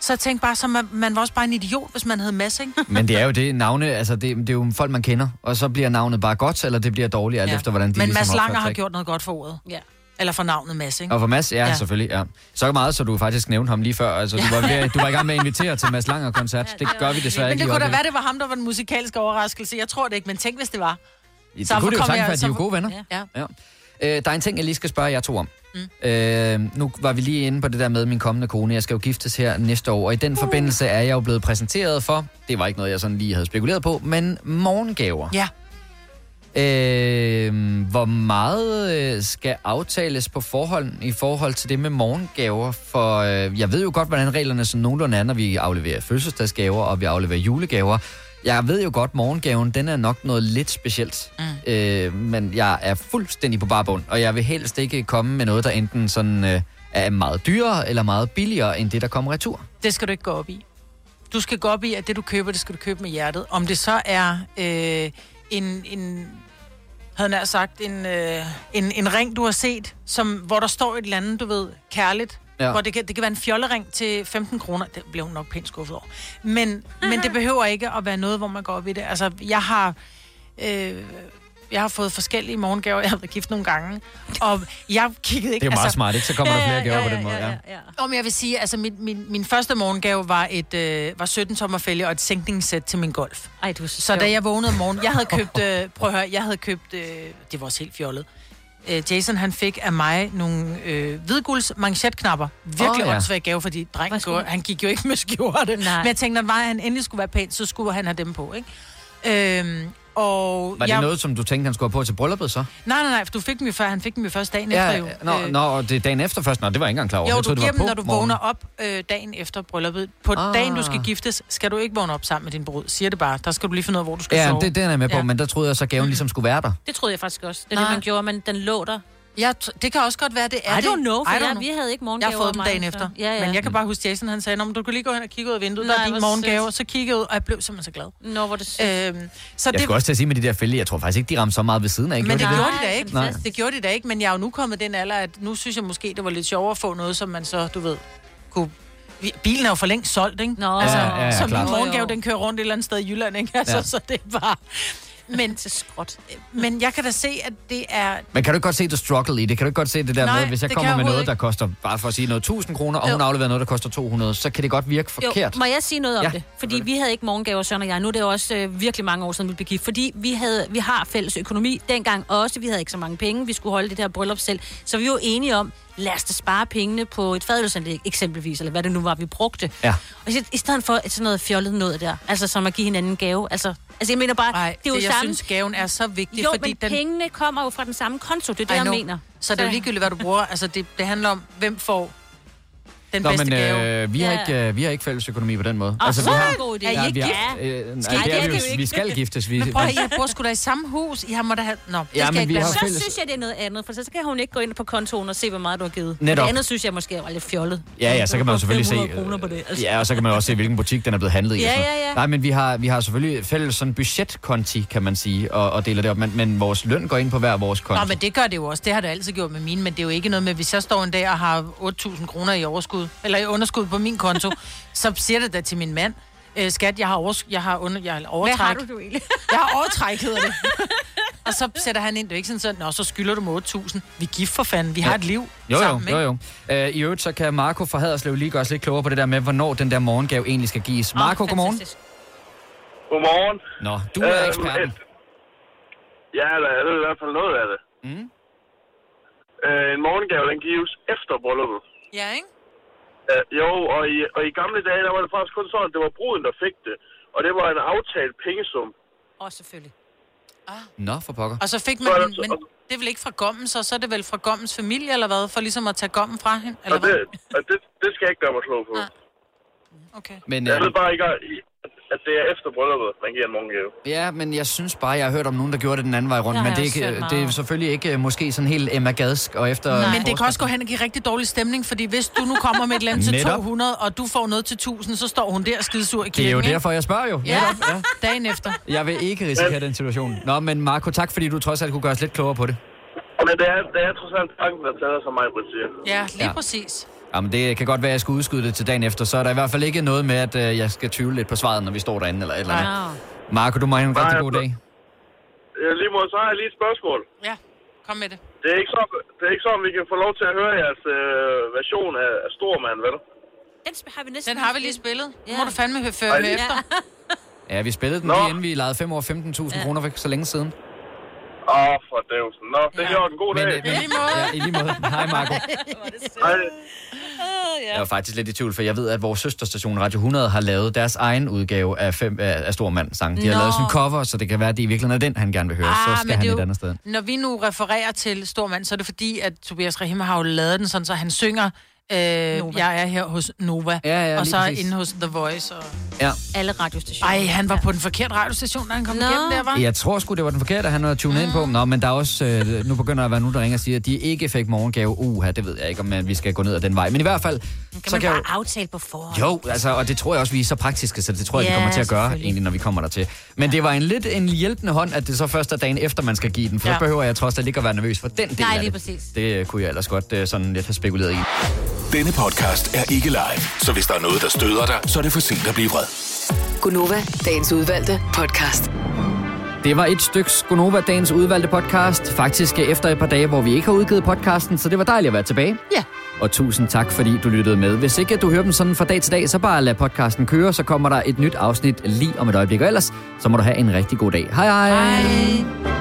[SPEAKER 2] så jeg tænkte bare, så man, man var også bare en idiot, hvis man hed Mads, ikke?
[SPEAKER 1] Men det er jo det, navne, altså det, det er jo folk, man kender, og så bliver navnet bare godt, eller det bliver dårligt, alt ja. efter hvordan de
[SPEAKER 2] Men
[SPEAKER 1] ligesom
[SPEAKER 2] Mads
[SPEAKER 1] opfører
[SPEAKER 2] Langer
[SPEAKER 1] sig,
[SPEAKER 2] har
[SPEAKER 1] ikke?
[SPEAKER 2] gjort noget godt for ordet.
[SPEAKER 3] Ja.
[SPEAKER 2] Eller for navnet Mads, ikke?
[SPEAKER 1] Og for Mads, ja, ja, selvfølgelig, ja. Så meget, så du faktisk nævnte ham lige før. Altså, du, var ved, du var i gang med at invitere til Mads Langer-koncert. Det gør vi desværre
[SPEAKER 2] Men
[SPEAKER 1] ikke
[SPEAKER 2] det
[SPEAKER 1] i
[SPEAKER 2] kunne da være,
[SPEAKER 1] øjeblikket.
[SPEAKER 2] det var ham, der var den musikalske overraskelse. Jeg tror det ikke, men tænk, hvis det var.
[SPEAKER 1] Ja, det
[SPEAKER 2] Så
[SPEAKER 1] kunne det jo
[SPEAKER 2] kom
[SPEAKER 1] sagtens
[SPEAKER 2] jeg-
[SPEAKER 1] være, de er jo
[SPEAKER 2] så-
[SPEAKER 1] gode venner.
[SPEAKER 2] Ja.
[SPEAKER 1] Ja. Øh, der er en ting, jeg lige skal spørge jer to om. Mm. Øh, nu var vi lige inde på det der med min kommende kone. Jeg skal jo giftes her næste år, og i den forbindelse er jeg jo blevet præsenteret for, det var ikke noget, jeg sådan lige havde spekuleret på, men morgengaver.
[SPEAKER 2] Ja.
[SPEAKER 1] Øh, hvor meget øh, skal aftales på forhånd i forhold til det med morgengaver? For øh, jeg ved jo godt, hvordan reglerne sådan nogenlunde er, når vi afleverer fødselsdagsgaver og vi afleverer julegaver. Jeg ved jo godt, morgengaven, den er nok noget lidt specielt. Mm. Øh, men jeg er fuldstændig på barbund, og jeg vil helst ikke komme med noget, der enten sådan, øh, er meget dyrere eller meget billigere, end det, der kommer retur.
[SPEAKER 2] Det skal du ikke gå op i. Du skal gå op i, at det du køber, det skal du købe med hjertet. Om det så er øh, en, en, havde jeg nær sagt, en, øh, en, en ring, du har set, som, hvor der står et eller andet, du ved, kærligt. Ja.
[SPEAKER 8] Ja.
[SPEAKER 2] Hvor det kan, det kan være en fjollering til 15 kroner. Det blev hun nok pænt skuffet over. Men, men det behøver ikke at være noget, hvor man går op i det. Altså, jeg har... Øh, jeg har fået forskellige morgengaver. Jeg har været gift nogle gange. Og jeg kiggede ikke... altså,
[SPEAKER 1] Det er jo meget smart, ikke? Så kommer der flere gaver på den måde, Altså, ja.
[SPEAKER 2] ja. Nå, men jeg vil sige, altså min, min, min første morgengave var et øh, var 17 tommerfælge og et sænkningssæt til min golf.
[SPEAKER 3] Ej, du er
[SPEAKER 2] Så da jeg vågnede om morgenen, jeg havde købt, øh, prøv at høre, jeg havde købt, øh, det var også helt fjollet, øh, Jason han fik af mig nogle øh, hvidgulds manchetknapper. Virkelig
[SPEAKER 8] Åh,
[SPEAKER 2] oh,
[SPEAKER 8] ja.
[SPEAKER 2] ja. åndssvag gave, fordi drengen
[SPEAKER 8] skulle
[SPEAKER 2] går, han gik jo ikke med skjorte.
[SPEAKER 8] Nej.
[SPEAKER 2] Nej. Men jeg tænkte, når han endelig skulle være pæn, så skulle han have dem på, ikke? Øhm, og
[SPEAKER 1] Var det
[SPEAKER 2] jeg,
[SPEAKER 1] noget, som du tænkte, han skulle have på til brylluppet så?
[SPEAKER 2] Nej, nej, nej, for du fik dem jo før. Han fik dem jo først dagen efter jo.
[SPEAKER 1] nå, øh, nå, og det er dagen efter først. Nå, det var jeg ikke engang klar over.
[SPEAKER 2] Jo,
[SPEAKER 1] Jeg
[SPEAKER 2] du
[SPEAKER 1] troede, det
[SPEAKER 2] giver
[SPEAKER 1] var
[SPEAKER 2] dem,
[SPEAKER 1] på
[SPEAKER 2] når du
[SPEAKER 1] morgenen.
[SPEAKER 2] vågner op øh, dagen efter brylluppet. På
[SPEAKER 1] Ah.
[SPEAKER 2] ah. dagen, du skal giftes, skal du ikke vågne op sammen med din brud. Siger det bare. Der skal du lige finde ud af, hvor du skal
[SPEAKER 1] Ja,
[SPEAKER 2] sove.
[SPEAKER 1] det, det er jeg med på, ja.
[SPEAKER 2] Ja.
[SPEAKER 1] men der troede jeg så, gaven ligesom skulle være der.
[SPEAKER 3] Det troede jeg faktisk også. Det er det, man gjorde, men den lå der.
[SPEAKER 2] Ja, det kan også godt være, det er
[SPEAKER 3] I don't
[SPEAKER 2] det.
[SPEAKER 3] know, for
[SPEAKER 2] I
[SPEAKER 3] jeg,
[SPEAKER 2] don't know.
[SPEAKER 3] vi havde ikke
[SPEAKER 2] Jeg
[SPEAKER 3] morgengaver.
[SPEAKER 2] har fået dem
[SPEAKER 3] mig,
[SPEAKER 2] dagen
[SPEAKER 3] så-
[SPEAKER 2] efter.
[SPEAKER 3] Ja, ja.
[SPEAKER 2] Men jeg kan bare huske, Jason han sagde, "Nå, men du kan lige gå hen og kigge ud af vinduet,
[SPEAKER 3] Nej,
[SPEAKER 2] der er din
[SPEAKER 3] hvor
[SPEAKER 2] morgengave.
[SPEAKER 3] sødt.
[SPEAKER 2] Så kiggede jeg ud, og jeg blev simpelthen så glad.
[SPEAKER 3] Nå, hvor det sødt.
[SPEAKER 2] øhm, så
[SPEAKER 1] Jeg
[SPEAKER 2] det,
[SPEAKER 1] skulle også til at sige med de der fælge, jeg tror faktisk ikke, de ramte så meget ved siden af.
[SPEAKER 2] men det gjorde
[SPEAKER 1] Nej.
[SPEAKER 2] de da ikke.
[SPEAKER 1] Nej.
[SPEAKER 2] Det gjorde de da ikke, men jeg er jo nu kommet i den alder, at nu synes jeg måske, det var lidt sjovere at få noget, som man så, du ved, kunne... Vi- Bilen er jo for længst solgt, ikke? Nå, altså,
[SPEAKER 8] Ja, ja, ja,
[SPEAKER 2] så min
[SPEAKER 8] klart.
[SPEAKER 2] morgengave, den kører rundt et eller andet sted i Jylland, ikke? Altså,
[SPEAKER 1] Ja.
[SPEAKER 2] ja. så det er bare... Men, til skråt. men jeg kan da se, at det er...
[SPEAKER 1] Men kan du ikke godt se det struggle i det? Kan du ikke godt se det der
[SPEAKER 2] Nej,
[SPEAKER 1] med, hvis jeg
[SPEAKER 2] det
[SPEAKER 1] kommer
[SPEAKER 2] kan jeg
[SPEAKER 1] med noget,
[SPEAKER 2] overhovedet
[SPEAKER 1] der koster, bare for at sige noget, 1000 kroner, og
[SPEAKER 3] Jo.
[SPEAKER 1] hun afleverer noget, der koster 200, så kan det godt virke forkert.
[SPEAKER 3] Jo, må jeg sige noget om
[SPEAKER 1] Ja,
[SPEAKER 3] ja, det? Fordi vi havde ikke morgengaver, Søren og jeg. Nu er det jo også øh, virkelig mange år siden, vi blev gift. Fordi vi, havde, vi har fælles økonomi dengang også. Vi havde ikke så mange penge. Vi skulle holde det der bryllup selv. Så vi var jo enige om, lad os da spare pengene på et fadelsanlæg eksempelvis, eller hvad det nu var, vi brugte.
[SPEAKER 1] Ja.
[SPEAKER 3] Og så- i stedet for et sådan noget fjollet noget der, altså som at give hinanden en gave. Altså, altså jeg mener bare,
[SPEAKER 2] Ej,
[SPEAKER 3] det er jo
[SPEAKER 2] det, jeg
[SPEAKER 3] samme...
[SPEAKER 2] synes, gaven er så vigtig,
[SPEAKER 3] jo,
[SPEAKER 2] fordi
[SPEAKER 3] men
[SPEAKER 2] den...
[SPEAKER 3] pengene kommer jo fra den samme konto, det er det,
[SPEAKER 2] I
[SPEAKER 3] jeg
[SPEAKER 2] know.
[SPEAKER 3] mener.
[SPEAKER 2] Så det er jo ligegyldigt, hvad du bruger. Altså, det, det handler om, hvem får den bedste
[SPEAKER 1] men, øh,
[SPEAKER 2] gave.
[SPEAKER 1] vi, har ikke, øh, vi har ikke fælles økonomi på den måde. Altså,
[SPEAKER 2] Åh, så
[SPEAKER 1] vi
[SPEAKER 2] er
[SPEAKER 1] har,
[SPEAKER 2] det en god idé. Er I ikke
[SPEAKER 1] vi har,
[SPEAKER 2] gift?
[SPEAKER 1] øh, nej,
[SPEAKER 2] Skal I
[SPEAKER 1] det
[SPEAKER 2] ikke?
[SPEAKER 1] er
[SPEAKER 2] Det er
[SPEAKER 1] vi,
[SPEAKER 2] jo
[SPEAKER 1] jo- vi
[SPEAKER 2] ikke-
[SPEAKER 1] skal giftes. Vi,
[SPEAKER 2] Men prøv at høre, jeg bor sgu da i samme hus. I har måtte have... Nå, det
[SPEAKER 1] Ja,
[SPEAKER 2] skal
[SPEAKER 1] men
[SPEAKER 2] jeg ikke
[SPEAKER 1] vi
[SPEAKER 2] blande
[SPEAKER 1] har
[SPEAKER 2] mig
[SPEAKER 3] Så
[SPEAKER 2] i.
[SPEAKER 1] fælles-
[SPEAKER 3] synes jeg, det er noget andet, for så kan hun ikke gå ind på kontoen og se, hvor meget du har givet.
[SPEAKER 1] Netop.
[SPEAKER 3] Det andet synes jeg måske var lidt fjollet.
[SPEAKER 1] Ja, ja, så kan man jo selvfølgelig se... øh,
[SPEAKER 3] 500 kroner på det, altså.
[SPEAKER 1] Ja, og så kan man jo også se, hvilken butik den er blevet handlet i. og
[SPEAKER 3] Ja,
[SPEAKER 1] sådan noget.
[SPEAKER 3] ja, ja.
[SPEAKER 1] Nej, men vi har, vi har selvfølgelig fælles sådan budgetkonti, kan man sige, og, og deler det op. Men, men vores løn går ind på hver vores konto.
[SPEAKER 2] Nå, men det gør det jo også. Det har det altid gjort med mine, men det er jo ikke noget med, hvis jeg står en dag og har 8.000 kroner i overskud, eller i underskud på min konto, så siger det da til min mand, øh, skat, jeg har, overs- jeg har, under- jeg har overtræk.
[SPEAKER 3] Hvad har du, du egentlig?
[SPEAKER 2] Jeg har overtræk, hedder det. og så sætter han ind, det er ikke sådan sådan, nå, så skylder du mig 8.000. Vi er gift for fanden, vi har et liv
[SPEAKER 1] Jo, jo,
[SPEAKER 2] sammen,
[SPEAKER 1] jo,
[SPEAKER 2] ikke?
[SPEAKER 1] jo. Øh, I øvrigt, så kan Marco fra Haderslev lige gøre os lidt klogere på det der med, hvornår den der morgengave egentlig skal gives. Marco, oh, godmorgen.
[SPEAKER 10] Godmorgen. Øhm,
[SPEAKER 1] Nå, du er
[SPEAKER 10] Øh,
[SPEAKER 1] eksperten.
[SPEAKER 10] Ja, eller jeg ved i hvert fald noget af det.
[SPEAKER 1] Mm.
[SPEAKER 10] Øh, en morgengave, den gives efter brylluppet.
[SPEAKER 2] Ja, ikke?
[SPEAKER 10] Ja, Øh, jo, og i, og i gamle dage, der var det faktisk kun sådan, at det var bruden, der fik det. Og det var en aftalt pengesum.
[SPEAKER 2] Og selvfølgelig.
[SPEAKER 1] Nå, for pokker.
[SPEAKER 2] Og så fik man, den, men det er vel ikke fra gommen, så, så er det vel fra gommens familie, eller hvad? For ligesom at tage gommen fra hende, eller
[SPEAKER 10] Og det,
[SPEAKER 2] hvad? Ah.
[SPEAKER 10] og det, det skal jeg ikke gøre mig slå på.
[SPEAKER 2] Okay.
[SPEAKER 1] Men,
[SPEAKER 10] jeg
[SPEAKER 1] øh,
[SPEAKER 10] ved bare ikke, at det er efter brylluppet, man giver en morgengave.
[SPEAKER 1] Ja, men jeg synes bare, jeg har hørt om nogen, der gjorde det den anden vej rundt.
[SPEAKER 2] Det har
[SPEAKER 1] Men det er,
[SPEAKER 2] jeg også
[SPEAKER 1] ikke,
[SPEAKER 2] hørt
[SPEAKER 1] det er
[SPEAKER 2] meget.
[SPEAKER 1] selvfølgelig ikke øh, måske sådan helt Emma Gadsk og efter...
[SPEAKER 2] Nej. Men det kan også gå hen og give rigtig dårlig stemning, fordi hvis du nu kommer med et lem til
[SPEAKER 1] Netop.
[SPEAKER 2] 200, og du får noget til 1000, så står hun der skidesur i
[SPEAKER 1] Det er
[SPEAKER 2] kirken,
[SPEAKER 1] jo
[SPEAKER 2] ikke?
[SPEAKER 1] derfor, jeg spørger jo.
[SPEAKER 2] Ja, ja. dagen efter.
[SPEAKER 1] Jeg vil ikke risikere den situation. Nå, men Marco, tak fordi du trods alt kunne gøre os lidt klogere på det.
[SPEAKER 10] Men det er, det er trods alt tanken, der tæller sig mig, Britt siger.
[SPEAKER 2] Ja, lige
[SPEAKER 1] Ja.
[SPEAKER 2] ja. præcis.
[SPEAKER 1] Jamen, det kan godt være, at jeg skal udskyde det til dagen efter, så er der i hvert fald ikke noget med, at øh, jeg skal tvivle lidt på svaret, når vi står derinde eller et eller andet. Marco, du må have en rigtig god dag.
[SPEAKER 10] Øh, Lige måde, så har jeg lige et spørgsmål.
[SPEAKER 2] Ja, kom med det.
[SPEAKER 10] Det er ikke sådan, det er ikke sådan vi kan få lov til at høre jeres øh, version af, af Stormand, vel?
[SPEAKER 3] Den sp- har vi næsten
[SPEAKER 2] Den har vi lige spillet. Ja. Må du fandme høre
[SPEAKER 10] Ej,
[SPEAKER 2] før
[SPEAKER 10] det-
[SPEAKER 2] efter.
[SPEAKER 1] Ja, vi spillede den
[SPEAKER 10] Nå.
[SPEAKER 1] lige inden vi lejede 5 år 15.000 kroner for ikke så længe siden.
[SPEAKER 10] Åh, oh, for dævsen. Nå, det gjorde en god
[SPEAKER 1] Men,
[SPEAKER 10] dag.
[SPEAKER 1] øh, men- I lige måde. ja, i lige måde. Hej, Marco.
[SPEAKER 10] Hej.
[SPEAKER 1] Jeg var faktisk lidt i tvivl, for jeg ved, at vores søsterstation Radio 100 har lavet deres egen udgave af, fem, af, af Stormands sang. De har
[SPEAKER 2] Nå.
[SPEAKER 1] lavet sådan en cover, så det kan være, at det i virkeligheden er den, han gerne vil høre. så skal
[SPEAKER 2] men
[SPEAKER 1] han
[SPEAKER 2] det er
[SPEAKER 1] et
[SPEAKER 2] jo-
[SPEAKER 1] andet sted.
[SPEAKER 2] Når vi nu refererer til Stormand, så er det fordi, at Tobias Rahim har jo lavet den sådan, så han synger, øh, jeg er her hos Nova,
[SPEAKER 1] ja, lige
[SPEAKER 2] og så
[SPEAKER 1] præcis.
[SPEAKER 2] inde hos The Voice. Og...
[SPEAKER 1] Ja.
[SPEAKER 3] Alle radiostationer.
[SPEAKER 2] Ej, han var på den forkerte radiostation, da han kom igennem der,
[SPEAKER 3] Ah.
[SPEAKER 2] var.
[SPEAKER 1] Jeg tror sgu, det var den forkerte, han havde tunet ind på. Nå, men der er også, øh, nu begynder der at være nogen, der ringer og siger, at de ikke fik morgengave. Uha, det ved jeg ikke, om øh, vi skal gå ned ad den vej. Men i hvert fald,
[SPEAKER 3] Kan
[SPEAKER 1] så
[SPEAKER 3] man
[SPEAKER 1] kan
[SPEAKER 3] bare
[SPEAKER 1] jo-
[SPEAKER 3] aftale på forhånd?
[SPEAKER 1] Jo, altså, og det tror jeg også, vi er så praktiske, så det tror jeg, vi
[SPEAKER 3] Ja,
[SPEAKER 1] kommer til at gøre,
[SPEAKER 3] selvfølgelig.
[SPEAKER 1] egentlig, når vi kommer dertil. Men det var en lidt en hjælpende hånd, at det så først er dagen efter, man skal give den, for ja.
[SPEAKER 3] Ja.
[SPEAKER 1] så behøver jeg trods alt ikke at være nervøs for den del
[SPEAKER 3] Nej,
[SPEAKER 1] af
[SPEAKER 3] lige
[SPEAKER 1] det.
[SPEAKER 3] præcis.
[SPEAKER 1] Det øh, kunne jeg ellers godt øh, sådan lidt have spekuleret i.
[SPEAKER 4] Denne podcast er ikke live, så hvis der er noget, der støder dig, så er det for sent at blive vred.
[SPEAKER 8] Gunova, dagens udvalgte podcast.
[SPEAKER 1] Det var et stykke Gonova dagens udvalgte podcast. Faktisk efter et par dage, hvor vi ikke har udgivet podcasten, så det var dejligt at være tilbage.
[SPEAKER 2] Ja.
[SPEAKER 1] Og tusind tak, fordi du lyttede med. Hvis ikke du hører dem sådan fra dag til dag, så bare lad podcasten køre, så kommer der et nyt afsnit lige om et øjeblik. Og ellers, så må du have en rigtig god dag. Hej hej. hej.